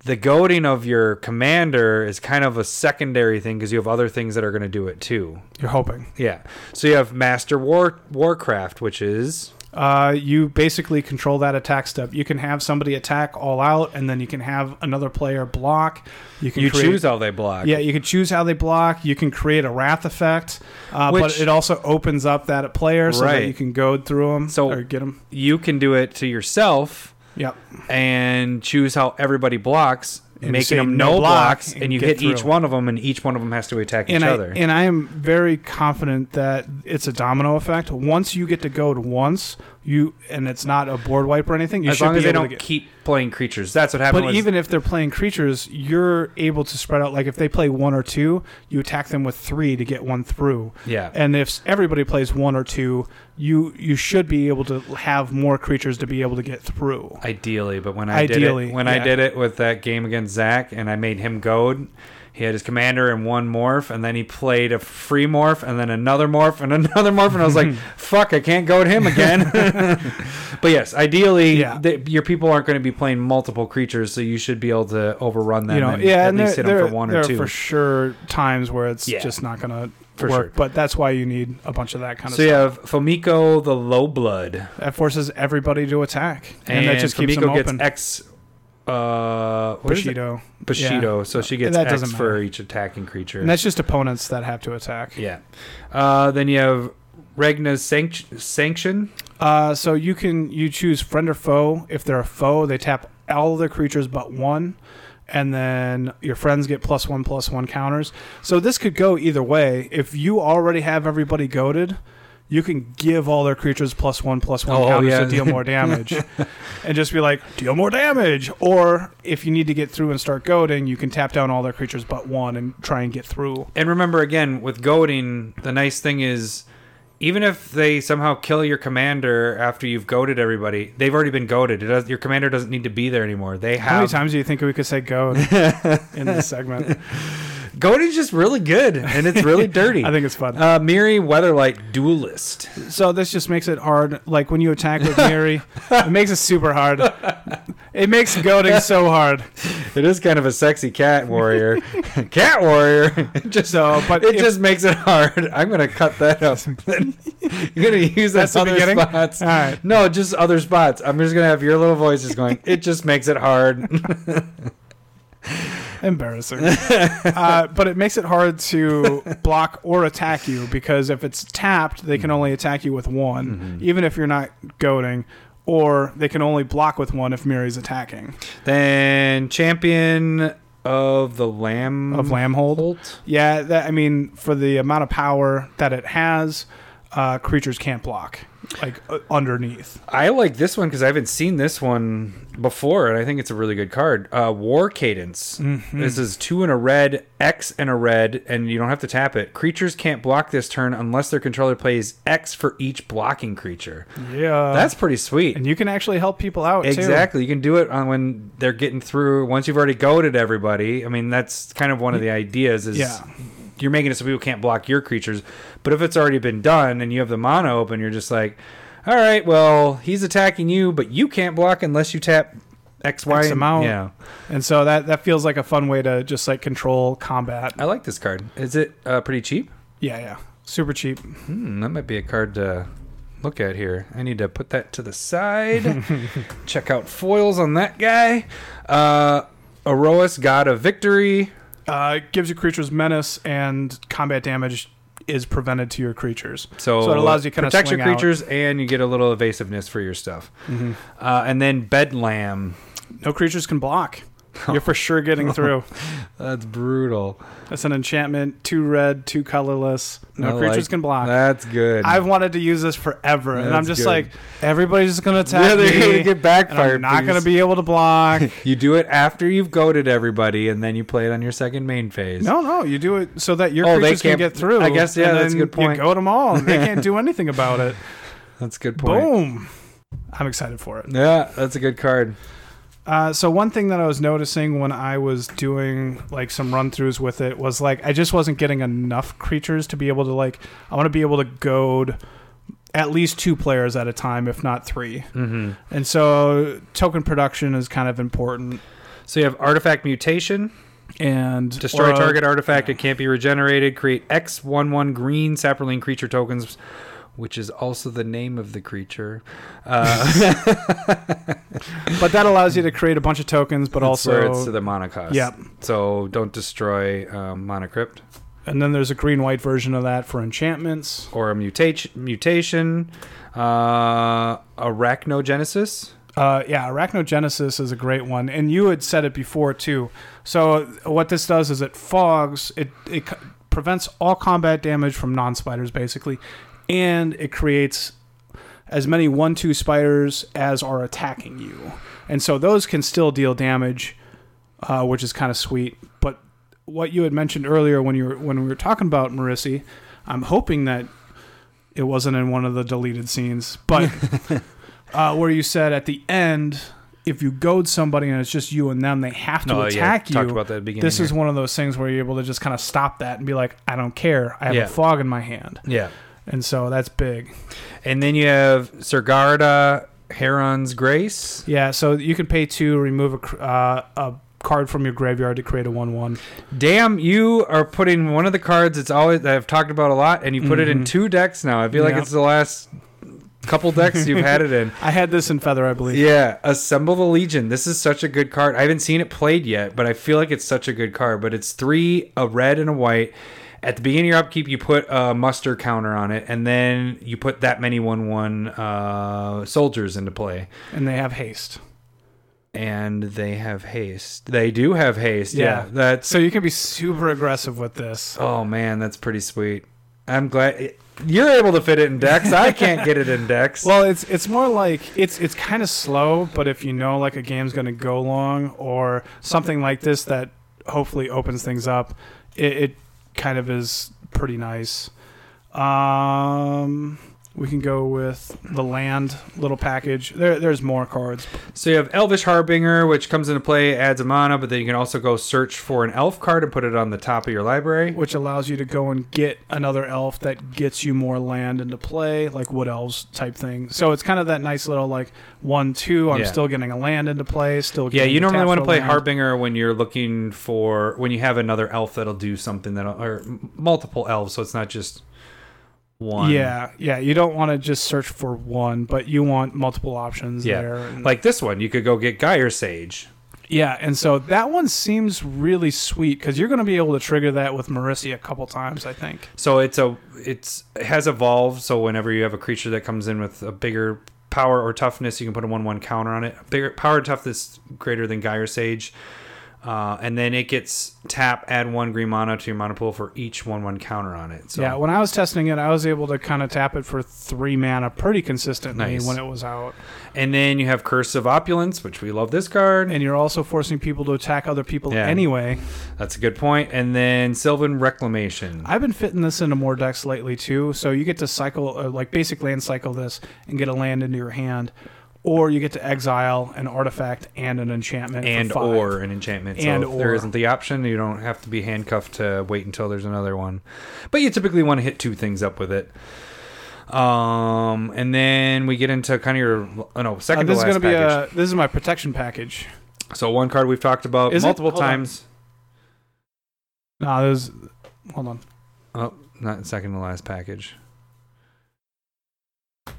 S2: the goading of your commander is kind of a secondary thing because you have other things that are going to do it too.
S1: you're hoping
S2: Yeah. So you have Master War Warcraft, which is
S1: uh, you basically control that attack step you can have somebody attack all out and then you can have another player block you can
S2: you
S1: create-
S2: choose how they block.
S1: Yeah, you can choose how they block. You can create a wrath effect, uh,
S2: Which-
S1: but it also opens up that player so
S2: Right.
S1: that you can go through them
S2: So-
S1: or get them.
S2: You can do it to yourself
S1: Yep.
S2: and choose how everybody blocks.
S1: And
S2: making
S1: say
S2: them no
S1: no block
S2: blocks, and,
S1: and
S2: you
S1: get
S2: hit each
S1: through.
S2: one of them, and each one of them has to attack
S1: And
S2: each
S1: I
S2: other.
S1: and I am very confident that it's a domino effect. Once you get to goad once, you and it's not a board wipe or anything. You
S2: as
S1: should
S2: long
S1: be
S2: as they
S1: able
S2: don't
S1: to get.
S2: keep playing creatures, that's what happened.
S1: But
S2: was-
S1: even if they're playing creatures, you're able to spread out. Like if they play one or two, you attack them with three to get one through.
S2: yeah,
S1: And if everybody plays one or two, you you should be able to have more creatures to be able to get through.
S2: Ideally, but when I did
S1: Ideally,
S2: it, when I
S1: yeah.
S2: did it with that game against Zach, and I made him goad. He had his commander and one morph, and then he played a free morph, and then another morph, and another morph, and I was like, "Fuck, I can't goad him again." but yes, ideally,
S1: Yeah.
S2: th- your people aren't going to be playing multiple creatures, so you should be able to overrun them.
S1: you know,
S2: and
S1: yeah,
S2: at
S1: and
S2: least
S1: there,
S2: hit them
S1: there-
S2: for one
S1: there
S2: or
S1: are
S2: two.
S1: for sure times where it's
S2: Yeah.
S1: just not gonna
S2: For
S1: work.
S2: sure.
S1: But that's why you need a bunch of that kind of
S2: so you have Fomiko the Low Blood,
S1: stuff. That forces everybody to attack, and,
S2: and,
S1: that just keeps them
S2: Fumiko gets
S1: open.
S2: X. Uh, what is it?
S1: Bushido,
S2: Bushido, so she gets
S1: That
S2: X
S1: doesn't
S2: for
S1: matter.
S2: each attacking creature.
S1: and that's just opponents that have to attack.
S2: Yeah. Uh, then you have Regna's sanct- Sanction.
S1: Uh, so you can you choose friend or foe. If they're a foe, they tap all their creatures but one, and then your friends get plus one plus one counters. So this could go either way. If you already have everybody goaded, you can give all their creatures plus one plus one
S2: Oh,
S1: counters
S2: yeah.
S1: to deal more damage, and just be like deal more damage. Or if you need to get through and start goading, you can tap down all their creatures but one and try and get through.
S2: And remember, again, with goading, the nice thing is even if they somehow kill your commander after you've goaded everybody, they've already been goaded. It does, your commander doesn't need to be there anymore. They
S1: How many
S2: have.
S1: times do you think we could say goad in this segment?
S2: Goading's just really good, and it's really dirty.
S1: I think it's fun.
S2: uh, Miri Weatherlight Duelist.
S1: So this just makes it hard. Like when you attack with Miri, it makes it super hard. It makes goading so hard.
S2: It is kind of a sexy cat warrior. cat warrior. It just
S1: So, but
S2: It
S1: if-
S2: just makes it hard. I'm gonna cut that up. You're gonna use that
S1: That's the
S2: other
S1: beginning?
S2: spots.
S1: all right.
S2: No, just other spots. I'm just gonna have your little voices going. It just makes it hard.
S1: Embarrassing. uh, but it makes it hard to block or attack you because if it's tapped, they can only attack you with one, even if you're not goading, or they can only block with one if Miri's attacking.
S2: Then champion of the lamb
S1: Of Lamhold.
S2: Holt?
S1: Yeah, that, I mean, for the amount of power that it has, uh, creatures can't block like uh, underneath.
S2: I like this one because I haven't seen this one before, and I think it's a really good card. Uh, War Cadence. This is two and a red, X and a red, and you don't have to tap it. Creatures can't block this turn unless their controller plays X for each blocking creature.
S1: Yeah,
S2: That's pretty sweet.
S1: and you can actually help people out too.
S2: Exactly. You can do it on when they're getting through. Once you've already goaded everybody, I mean, that's kind of one of the ideas. Is
S1: Yeah.
S2: you're making it so people can't block your creatures, but if it's already been done and you have the mono open, you're just like, all right, well, he's attacking you, but you can't block unless you tap X, Y,
S1: X amount.
S2: Yeah,
S1: And so that that feels like a fun way to just like control combat.
S2: I like this card. Is it uh, pretty cheap?
S1: Yeah, yeah, super cheap.
S2: Hmm, that might be a card to look at here. I need to put that to the side. Check out foils on that guy. Uh, Eroas, God of Victory.
S1: Uh, it gives your creatures menace and combat damage is prevented to your creatures.
S2: So,
S1: So it allows you kinda
S2: protect your
S1: swing out. Mm-hmm.
S2: creatures, and you get a little evasiveness for your stuff. Uh, and then Bedlam.
S1: No creatures can block. You're for sure getting through.
S2: That's brutal.
S1: That's an enchantment. Two red, two colorless. No
S2: I like-
S1: creatures can block.
S2: That's good.
S1: Uh, I've wanted to use this forever, and I'm
S2: That's
S1: just
S2: good.
S1: like, everybody's just gonna attack
S2: yeah, they're
S1: me,
S2: gonna get
S1: and I'm
S2: backfired.
S1: not
S2: please.
S1: gonna be able to block.
S2: You do it after you've goaded everybody, and then you play it on your second main phase.
S1: no, no, you do it so that your
S2: Oh, they
S1: creatures can
S2: can't-
S1: get through.
S2: I guess, yeah,
S1: and
S2: that's a
S1: then
S2: good point.
S1: You go them all, and they can't do anything about it.
S2: that's a good point.
S1: Boom. I'm excited for it.
S2: Yeah, that's a good card.
S1: Uh, so one thing that I was noticing when I was doing like some run throughs with it was like I just wasn't getting enough creatures to be able to like I want to be able to goad at least two players at a time, if not three.
S2: Mm-hmm.
S1: And so token production is kind of important.
S2: So you have artifact mutation,
S1: And uh,
S2: destroy
S1: or a-
S2: target artifact. It can't be regenerated. Create X one one green sapperling creature tokens, which is also the name of the creature. Uh,
S1: but that allows you to create a bunch of tokens, but
S2: That's where it's to
S1: also
S2: the monocost.
S1: Yep.
S2: So don't destroy um, monocrypt
S1: and then there's a green white version of that for enchantments.
S2: or a mutation. Mutation. Uh, arachnogenesis.
S1: Uh, yeah, Arachnogenesis is a great one, and you had said it before too. So what this does is it fogs, it it c- prevents all combat damage from non-spiders basically, and it creates as many one-two spiders as are attacking you, and so those can still deal damage, uh, which is kind of sweet. But what you had mentioned earlier when you were when we were talking about Marissi, I'm hoping that it wasn't in one of the deleted scenes, but uh, where you said at the end, if you goad somebody and it's just you and them, they have to attack
S2: Talked
S1: you.
S2: about that at the beginning.
S1: this is
S2: here.
S1: one of those things where you're able to just kind of stop that and be like, I don't care. I have
S2: Yeah.
S1: a fog in my hand.
S2: yeah.
S1: And so that's big.
S2: And then you have Sergarda Heron's Grace.
S1: Yeah, so you can pay two, remove a, cr- uh, a card from your graveyard to create a 1 1.
S2: Damn, you are putting one of the cards it's always that I've talked about a lot, and you put it in
S1: Mhm.
S2: two decks now. I feel like
S1: Yeah.
S2: it's the last couple decks you've had it in.
S1: I had this in Feather, I believe.
S2: Yeah, Assemble the Legion. This is such a good card. I haven't seen it played yet, but I feel like it's such a good card. But it's three, a red and a white. At the beginning of your upkeep, you put a muster counter on it, and then you put that many one-one uh, soldiers into play,
S1: And they have haste.
S2: and they have haste. They do have haste. Yeah,
S1: Yeah.
S2: that's
S1: So you can be super aggressive with this.
S2: oh man, that's pretty sweet. I'm glad you're able to fit it in decks. I can't get it in decks.
S1: Well, it's it's more like it's it's kind of slow, but if you know like a game's going to go long or something like this that hopefully opens things up, it, it kind of is pretty nice. Um, we can go with the land little package. There, there's more cards.
S2: So you have Elvish Harbinger, which comes into play, adds a mana, but then you can also go search for an elf card and put it on the top of your library.
S1: which allows you to go and get another elf that gets you more land into play, like wood elves type thing. So it's kind of that nice little like one two. I'm
S2: Yeah.
S1: still getting a land into play. Still
S2: Yeah,
S1: getting
S2: you
S1: to
S2: normally
S1: tap
S2: want to
S1: for
S2: play
S1: land.
S2: Harbinger when you're looking for when you have another elf that'll do something that'll or m- multiple elves, so it's not just one.
S1: Yeah, yeah. You don't want to just search for one, but you want multiple options
S2: Yeah.
S1: there. and-
S2: Like this one, you could go get Gyre Sage.
S1: Yeah, and so that one seems really sweet because you're going to be able to trigger that with Marissi a couple times, I think.
S2: So it's a it's it has evolved. So whenever you have a creature that comes in with a bigger power or toughness, you can put a one-one counter on it. Bigger power or toughness greater than Gyre Sage, uh, and then it gets tap add one green mono to your mono pool for each one-one counter on it. So
S1: Yeah, when I was testing it, I was able to kind of tap it for three mana pretty consistently
S2: Nice.
S1: when it was out.
S2: and then you have Curse of Opulence, which we love this card.
S1: And you're also forcing people to attack other people
S2: Yeah.
S1: anyway.
S2: That's a good point. And then Sylvan Reclamation.
S1: I've been fitting this into more decks lately too. So you get to cycle, uh, like basic land cycle this and get a land into your hand, or you get to exile an artifact and an enchantment. for
S2: and
S1: five.
S2: or an enchantment.
S1: And
S2: so if there
S1: or.
S2: isn't the option, you don't have to be handcuffed to wait until there's another one. But you typically want to hit two things up with it. Um, and then we get into kind of your oh, no
S1: Uh,
S2: second
S1: this is
S2: to last
S1: gonna be
S2: package.
S1: a this is my protection package.
S2: so one card we've talked about
S1: Is it?
S2: multiple
S1: Hold on.
S2: times.
S1: No, there's hold on.
S2: Oh, not second to last package. Oh,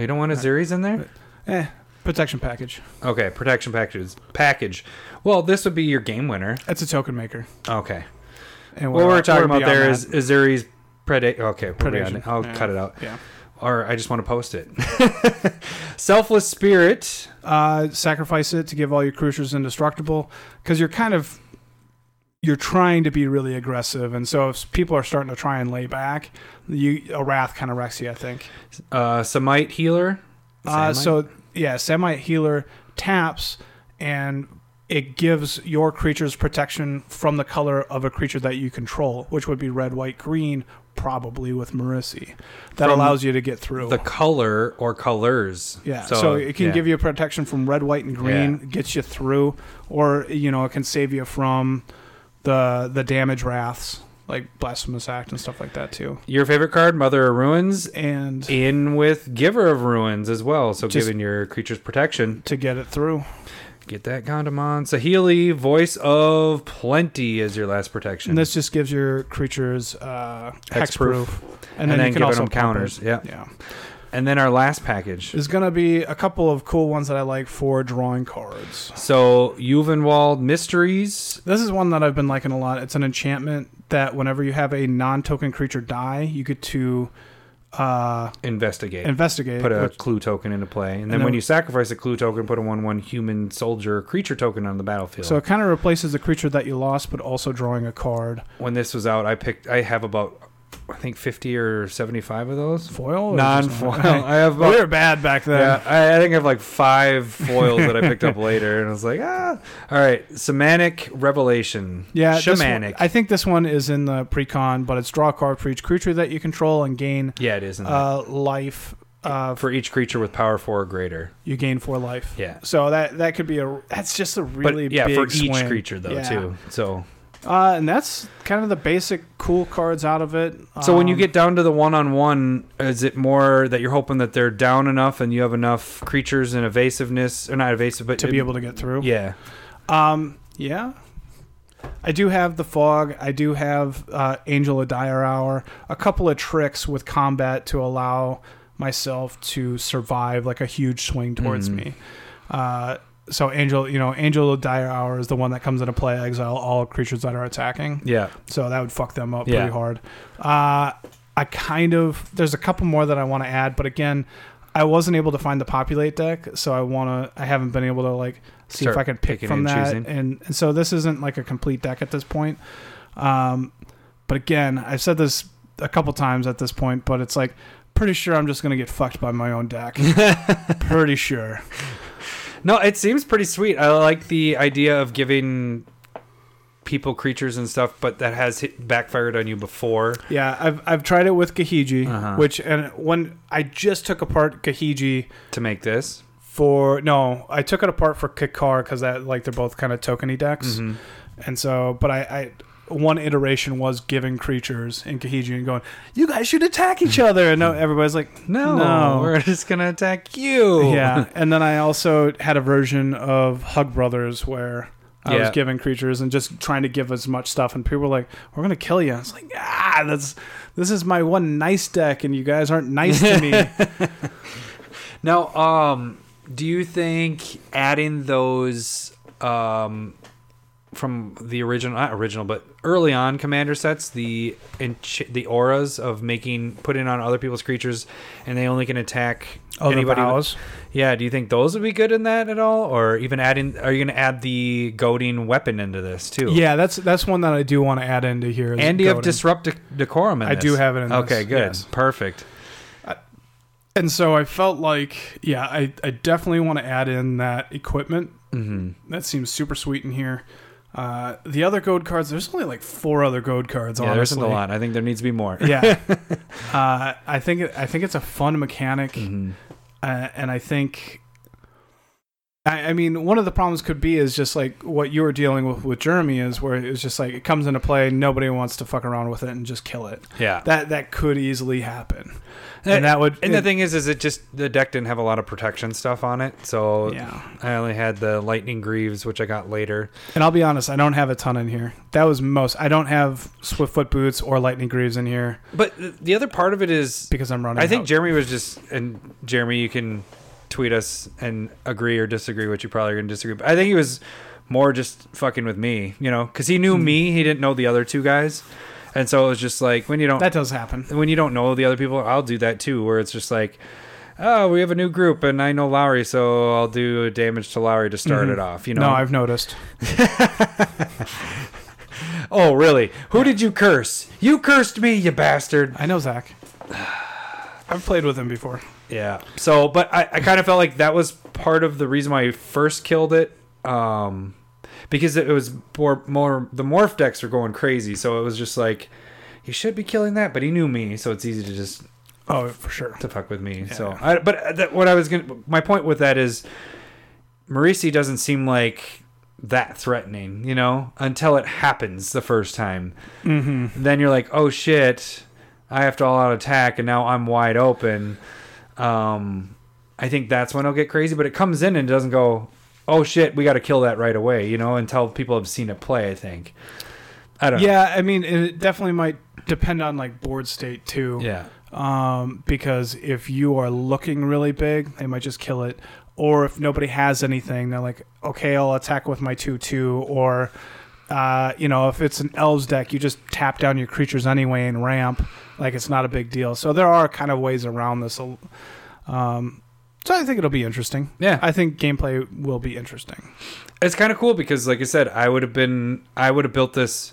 S2: you don't
S1: Uh,
S2: want Aziri's in there?
S1: Eh, protection package.
S2: Okay, protection packages. Package. Well, this would be your game winner.
S1: It's a token maker.
S2: Okay.
S1: And
S2: What we're talking about
S1: beyond
S2: there
S1: that.
S2: is Azuri's predate. Okay, we're beyond
S1: Predation.
S2: it. I'll
S1: Yeah.
S2: cut it out.
S1: Yeah.
S2: Or I just want to post it. Selfless spirit.
S1: uh, sacrifice it to give all your creatures indestructible because you're kind of you're trying to be really aggressive and so if people are starting to try and lay back you a wrath kind of wrecks you i think
S2: Uh, Semite healer.
S1: uh,
S2: Samite?
S1: so yeah semite healer taps and it gives your creatures protection from the color of a creature that you control which would be red white green probably with marissi that
S2: From
S1: allows you to get through
S2: the color or colors.
S1: Yeah, so, it can
S2: yeah.
S1: give you protection from red, white, and green, gets you through, or you know, it can save you from the the damage wraths like blasphemous act and stuff like that too.
S2: your favorite card, Mother of Ruins,
S1: And
S2: in with Giver of Ruins as well. So
S1: Just-
S2: giving your creatures protection.
S1: to get it through,
S2: Get that condom on. Sahili, Voice of Plenty, is your last protection.
S1: and this just gives your creatures uh,
S2: Hex
S1: hex
S2: proof.
S1: proof,
S2: and, then,
S1: you can
S2: giving
S1: also
S2: them
S1: pump
S2: counters.
S1: it.
S2: Yeah.
S1: Yeah,
S2: And then our last package.
S1: there's gonna be a couple of cool ones that I like for drawing cards.
S2: So Juvenwald Mysteries.
S1: This is one that I've been liking a lot. It's an enchantment that whenever you have a non-token creature die, you get to uh,
S2: investigate.
S1: investigate.
S2: put a
S1: which-
S2: clue token into play, and then
S1: then-
S2: when you sacrifice a clue token, put a one-one human soldier creature token on the battlefield.
S1: So it kind of replaces the creature that you lost, but also drawing a card.
S2: when this was out, I picked. I have about, I think fifty or seventy-five of those
S1: Foil? or
S2: non-foil.
S1: something?
S2: I have
S1: we
S2: about.
S1: were bad back then.
S2: Yeah, I, I think I have like five foils that I picked up later, and I was like, ah, all right. Semantic revelation.
S1: Yeah, this one-
S2: Shamanic.
S1: I think this one is in the pre-con, but it's draw a card for each creature that you control and gain
S2: yeah, it is. isn't
S1: uh, life. Uh,
S2: for each creature with power four or greater.
S1: you gain four life.
S2: Yeah.
S1: So that that could be a that's just a really
S2: but yeah,
S1: big
S2: for each
S1: swing.
S2: creature though
S1: Yeah.
S2: too. So
S1: Uh, and that's kind of the basic cool cards out of it.
S2: So when you
S1: Um,
S2: get down to the one-on-one, is it more that you're hoping that they're down enough and you have enough creatures and evasiveness, or not evasive, but
S1: to be able to get through,
S2: yeah,
S1: Um, yeah. I do have the fog. I do have uh, Angel of Dire Hour. A couple of tricks with combat to allow myself to survive like a huge swing towards
S2: Mhm.
S1: me. Uh, so Angel, you know, Angel of Dire Hour is the one that comes into play. Exile all creatures that are attacking.
S2: yeah,
S1: So that would fuck them up
S2: Yeah.
S1: pretty hard. Uh, I kind of there's a couple more that I want to add, but again, I wasn't able to find the populate deck, so I want to. I haven't been able to like see
S2: Start
S1: if I can pick
S2: picking
S1: from
S2: and
S1: that,
S2: choosing.
S1: and, and so this isn't like a complete deck at this point. Um, but again, I've said this a couple times at this point, but it's like pretty sure I'm just gonna get fucked by my own deck. pretty sure.
S2: no, it seems pretty sweet. I like the idea of giving people creatures and stuff, but that has hit, backfired on you before.
S1: Yeah, I've I've tried it with Kahiji,
S2: Uh-huh.
S1: which and when I just took apart Kahiji.
S2: To make this,
S1: for no i took it apart for kikar because that like they're both kind of tokeny decks
S2: Mhm.
S1: and so but i i one iteration was giving creatures in Kahiji and going, you guys should attack each other. And no, everybody's like,
S2: no,
S1: No.
S2: we're just gonna attack you.
S1: yeah. And then I also had a version of Hug Brothers where I was
S2: Yeah.
S1: giving creatures and just trying to give as much stuff. And people were like, we're going to kill you. It's like, ah, that's, this is my one nice deck and you guys aren't nice to me.
S2: Now, um, do you think adding those um, from the original, not original, but early on commander sets, the ench- the auras of making putting on other people's creatures, and they only can attack
S1: Oh, the
S2: anybody.
S1: vows.
S2: Yeah, do you think those would be good in that at all, or even adding? Are you going to add the goading weapon into this too?
S1: Yeah, that's that's one that I do want to add into here. is
S2: and you have
S1: goading.
S2: disrupt dec- decorum in
S1: I
S2: this.
S1: do have it in
S2: Okay,
S1: this,
S2: good,
S1: yes.
S2: perfect.
S1: And so I felt like, yeah, I, I definitely want to add in that equipment.
S2: hmm
S1: That seems super sweet in here. Uh, the other goad cards, there's only like four other goad cards.
S2: Yeah, there's
S1: honestly.
S2: a lot. I think there needs to be more.
S1: yeah, uh, I think it, I think it's a fun mechanic,
S2: Mhm.
S1: uh, and I think, I, I mean, one of the problems could be is just like what you were dealing with with Jeremy is where it's just like it comes into play, nobody wants to fuck around with it and just kill it.
S2: Yeah,
S1: That that could easily happen, and that would
S2: And the thing is, is it just the deck didn't have a lot of protection stuff on it, so
S1: yeah.
S2: I only had the lightning greaves, which I got later.
S1: And I'll be honest, I don't have a ton in here. That was most. I don't have Swiftfoot boots or Lightning Greaves in here
S2: But th- the other part of it is,
S1: because I'm running.
S2: I think
S1: out.
S2: Jeremy was just, and Jeremy, you can tweet us and agree or disagree, which you probably are going to disagree. But I think he was more just fucking with me, you know, because he knew
S1: Hmm.
S2: me, he didn't know the other two guys, and so it was just like when you don't
S1: that does happen.
S2: when you don't know the other people, I'll do that too, where it's just like, oh, we have a new group and I know Lowry, so I'll do damage to Lowry to start
S1: Mhm.
S2: it off. You know?
S1: no, I've noticed.
S2: oh, really? Who did you curse? You cursed me, you bastard.
S1: I know Zach. I've played with him before.
S2: Yeah. So, but I, I kind of felt like that was part of the reason why I first killed it. Um, because it was more, more, the morph decks were going crazy. So it was just like, you should be killing that, but he knew me, so it's easy to just
S1: Oh, for sure.
S2: to fuck with me. So,
S1: Yeah.
S2: I, but uh, that, what I was gonna, my point with that is, Marisi doesn't seem like that threatening, you know, until it happens the first time.
S1: Mm-hmm.
S2: Then you're like, oh shit, I have to all out attack, and now I'm wide open. Um, I think that's when it'll get crazy. But it comes in and doesn't go, oh shit, we got to kill that right away, you know, until people have seen it play. I think. I don't.
S1: Yeah, I mean, it definitely might depend on like board state too.
S2: Know. Yeah.
S1: Um, because if you are looking really big, they might just kill it. Or if nobody has anything, they're like, okay, I'll attack with my 2 2. Or, uh, you know, if it's an elves deck, you just tap down your creatures anyway and ramp. Like, it's not a big deal. So there are kind of ways around this. Um, so I think it'll be interesting.
S2: Yeah.
S1: I think gameplay will be interesting.
S2: it's kind of cool because like i said i would have been i would have built this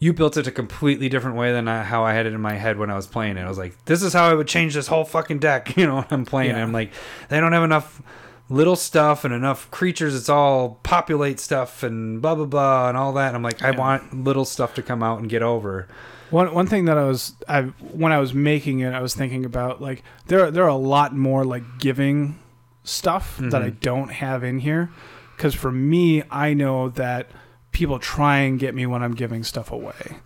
S2: you built it a completely different way than I, how i had it in my head when i was playing it i was like this is how i would change this whole fucking deck you know when i'm playing it
S1: Yeah.
S2: i'm like they don't have enough little stuff and enough creatures it's all populate stuff and blah blah blah and all that and i'm like i
S1: Yeah.
S2: want little stuff to come out and get over
S1: One one thing that I was I when I was making it, I was thinking about like there are- there are a lot more like giving stuff that I
S2: Mhm.
S1: don't have in here because for me, I know that people try and get me when I'm giving stuff away,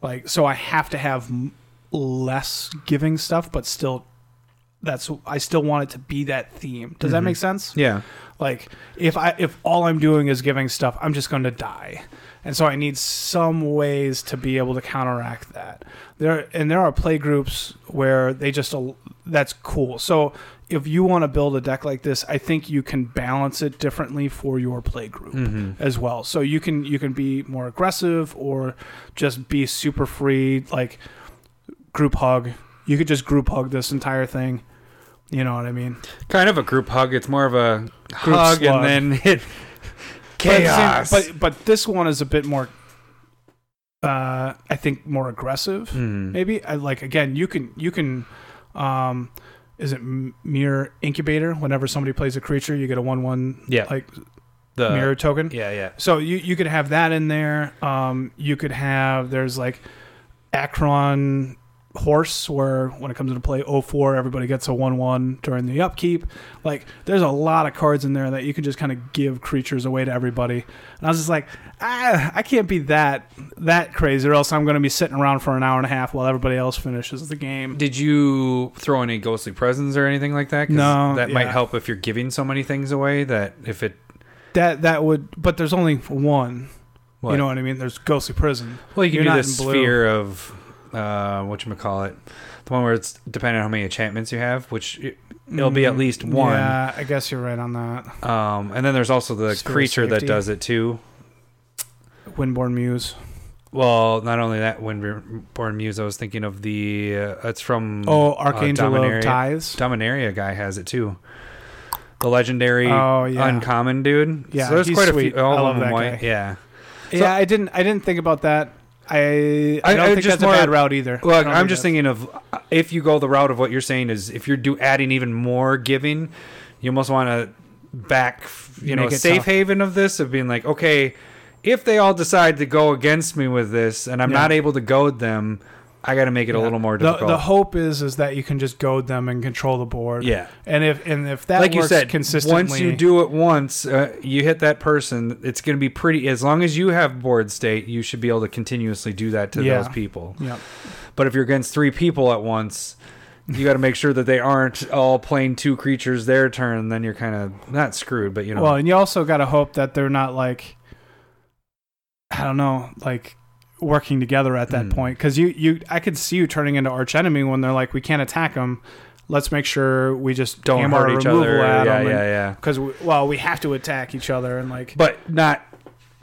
S1: like so I have to have m- less giving stuff, but still. That's I still want it to be that theme. Does that
S2: Mhm.
S1: make sense?
S2: yeah
S1: Like if I if all I'm doing is giving stuff, I'm just going to die. And so I need some ways to be able to counteract that. There and there are play groups where they just al- that's cool. So if you want to build a deck like this, I think you can balance it differently for your play group
S2: mm-hmm.
S1: as well. So you can you can be more aggressive or just be super free, like group hug. You could just group hug this entire thing. You know what I mean?
S2: kind of a group hug it's more of a
S1: Group
S2: hug
S1: slug.
S2: and then it
S1: But at the same-
S2: chaos
S1: But, but this one is a bit more, uh, I think, more aggressive.
S2: Mhm.
S1: Maybe I like again. You can you can, um, is it M- mirror incubator? Whenever somebody plays a creature, you get a one one
S2: yeah uh,
S1: like
S2: the
S1: mirror token.
S2: yeah yeah
S1: So you you could have that in there. Um, you could have there's like Akron horse where when it comes into play 04 everybody gets a 1-1 during the upkeep like there's a lot of cards in there that you can just kind of give creatures away to everybody and i was just like ah, i can't be that that crazy or else i'm going to be sitting around for an hour and a half while everybody else finishes the game
S2: Did you throw any ghostly presents or anything like that? 'Cause
S1: No,
S2: That might
S1: yeah.
S2: help if you're giving so many things away that if it.
S1: that that would but there's only one
S2: What?
S1: you know what i mean there's ghostly prison
S2: well, you can
S1: you're
S2: do
S1: not
S2: the
S1: in blue.
S2: sphere of. Uh, whatchamacallit. The one where it's depending on how many enchantments you have, which it, will be at least one.
S1: Mm, Yeah, I guess you're right on that.
S2: Um, and then there's also the
S1: Sphere of
S2: creature that
S1: safety.
S2: does it too.
S1: Windborn Muse.
S2: Well, not only that, when Born Muse, I was thinking of the. Uh, it's from
S1: Oh, Archangel
S2: Dominaria.
S1: of Ties.
S2: Dominaria guy has it too. The legendary
S1: Oh, yeah.
S2: uncommon dude.
S1: Yeah,
S2: so there's
S1: he's
S2: quite
S1: sweet.
S2: a few. All
S1: I
S2: of
S1: love
S2: them
S1: that
S2: white.
S1: guy.
S2: Yeah.
S1: yeah, I didn't. I didn't think about that. I. I,
S2: I-
S1: don't
S2: I
S1: think
S2: just
S1: that's
S2: more-
S1: a bad route either. I
S2: Look,
S1: don't
S2: I'm
S1: think that's-
S2: just thinking of uh, if you go the route of what you're saying is if you're do adding even more giving, you almost want to back, you know,
S1: Make
S2: a
S1: it
S2: safe
S1: tough.
S2: haven of this of being like, okay, if they all decide to go against me with this and I'm
S1: Yeah.
S2: not able to goad them, I got to make it a little more
S1: The,
S2: difficult.
S1: the hope is is that you can just goad them and control the board.
S2: yeah.
S1: And if and if that
S2: like
S1: works
S2: you said,
S1: consistently,
S2: once you do it once, uh, you hit that person. It's going to be pretty. As long as you have board state, you should be able to continuously do that to
S1: Yeah.
S2: those people.
S1: Yep.
S2: But if you're against three people at once, you got to make sure that they aren't all playing two creatures their turn. Then you're kind of not screwed, but you know.
S1: Well, and you also got to hope that they're not like, I don't know, like working together at that
S2: Hmm.
S1: point. Because you, you, I could see you turning into arch enemy when they're like, we can't attack them. Let's make sure we just
S2: don't
S1: aim our
S2: hurt each
S1: removal
S2: other.
S1: at
S2: Yeah,
S1: them.
S2: yeah, yeah.
S1: Because well, we have to attack each other and like.
S2: But not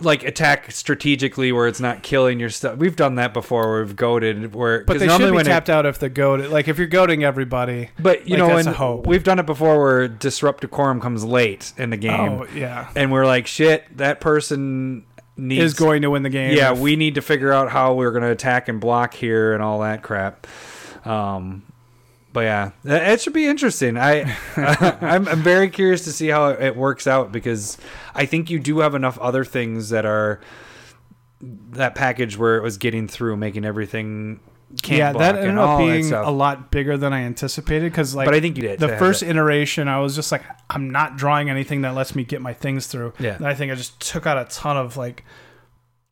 S2: like attack strategically where it's not killing your stuff. We've done that before. Where we've goaded. Where
S1: But
S2: 'cause
S1: they
S2: normally
S1: should be
S2: when it-
S1: tapped out if the goad. Like if you're goading everybody.
S2: But you
S1: Like,
S2: know,
S1: that's
S2: and
S1: a hope.
S2: we've done it before where disruptive quorum comes late in the game,
S1: Oh yeah.
S2: and we're like, shit, that person needs
S1: Is going to win the game.
S2: Yeah,
S1: if-
S2: we need to figure out how we're going to attack and block here and all that crap. Um, but yeah, it it should be interesting. I I'm, I'm very curious to see how it works out because I think you do have enough other things that are that package where it was getting through, making everything. Can't
S1: yeah,
S2: block
S1: that
S2: and
S1: ended
S2: all
S1: up being
S2: stuff.
S1: a lot bigger than I anticipated. Because like,
S2: but I think you did
S1: the first iteration, I was just like, I'm not drawing anything that lets me get my things through.
S2: Yeah.
S1: And I think I just took out a ton of like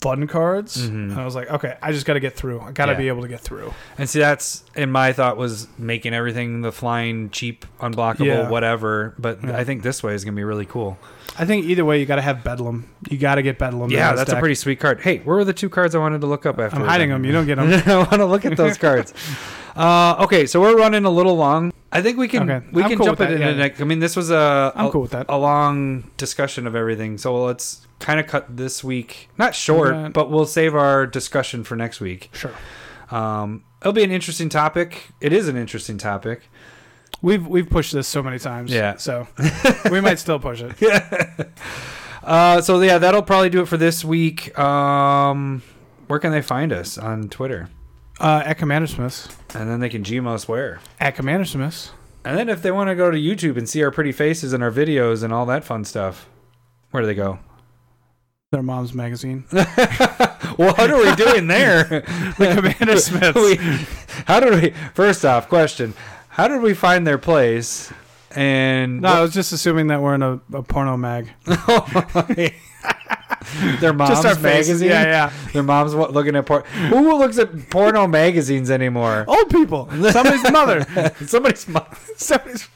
S1: fun cards,
S2: Mhm.
S1: and I was like, okay, I just got to get through. I got to
S2: Yeah.
S1: be able to get through.
S2: And see, that's in my thought was making everything the flying, cheap, unblockable,
S1: Yeah.
S2: whatever. But
S1: Yeah.
S2: I think this way is gonna be really cool.
S1: I think either way, you got to have Bedlam. You got to get Bedlam. in
S2: yeah,
S1: this
S2: that's a
S1: deck.
S2: pretty sweet card. Hey, where were the two cards I wanted to look up after?
S1: I'm hiding them. You don't get them.
S2: I want to look at those cards. Uh, okay, so we're running a little long. I think we can
S1: Okay,
S2: we
S1: I'm
S2: can
S1: cool
S2: jump
S1: with
S2: it in.
S1: that,
S2: the
S1: yeah.
S2: neck. I mean, this was a
S1: I'm
S2: a,
S1: cool with that.
S2: a long discussion of everything. So let's kind of cut this week. Not short,
S1: Yeah.
S2: but we'll save our discussion for next week.
S1: Sure.
S2: Um, it'll be an interesting topic. It is an interesting topic.
S1: We've we've pushed this so many times.
S2: Yeah.
S1: So we might still push it.
S2: Uh, so yeah, that'll probably do it for this week. Um, where can they find us on Twitter?
S1: Uh, at Commander Smiths.
S2: And then they can Gmail us where.
S1: At Commander Smiths.
S2: And then if they want to go to YouTube and see our pretty faces and our videos and all that fun stuff, where do they go?
S1: Their mom's magazine.
S2: What are we doing there?
S1: the Commander Smiths.
S2: We- how did we? First off, question: How did we find their place? And
S1: No, I was just assuming that we're in a, a porno mag.
S2: their mom's
S1: just our faces.
S2: magazine.
S1: Yeah, yeah.
S2: Their mom's wa- looking at porn. Who looks at porno magazines anymore?
S1: Old people. Somebody's mother.
S2: Somebody's mom.
S1: Somebody's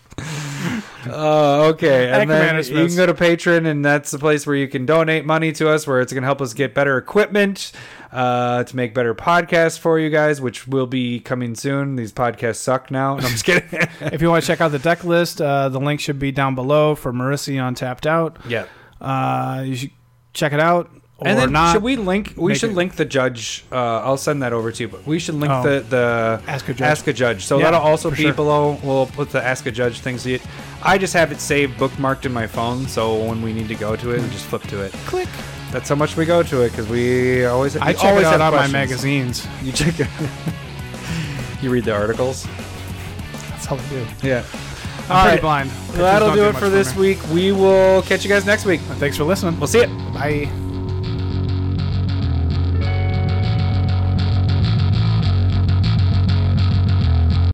S2: Uh, okay.
S1: At
S2: And then
S1: Commander
S2: you
S1: Smith's.
S2: can go to Patreon, and that's the place where you can donate money to us, where it's going to help us get better equipment uh, to make better podcasts for you guys, which will be coming soon. These podcasts suck now. No, I'm just kidding.
S1: if you want to check out the deck list, uh, the link should be down below for Marissi on Tapped Out.
S2: yeah.
S1: Uh, you should check it out or
S2: and then
S1: not.
S2: should we link? We
S1: Make
S2: should
S1: it-
S2: link the judge. Uh, I'll send that over to you. But we should link
S1: Oh.
S2: the the
S1: Ask a judge.
S2: ask a judge. So
S1: Yeah,
S2: that'll also
S1: for
S2: be
S1: sure.
S2: below. We'll put the ask a judge thing. So you, I just have it saved, bookmarked in my phone. So when we need to go to it, we just flip to it.
S1: click.
S2: That's how much we go to it because we always.
S1: I
S2: we
S1: check it
S2: always
S1: out
S2: have
S1: on my
S2: questions.
S1: magazines.
S2: You check it. you read the articles.
S1: That's all I do.
S2: Yeah.
S1: I'm
S2: All
S1: pretty
S2: right.
S1: blind. Pictures
S2: That'll
S1: don't
S2: do it
S1: much
S2: for this
S1: me.
S2: week. We will catch you guys next week.
S1: Thanks for listening.
S2: We'll see you.
S1: Bye.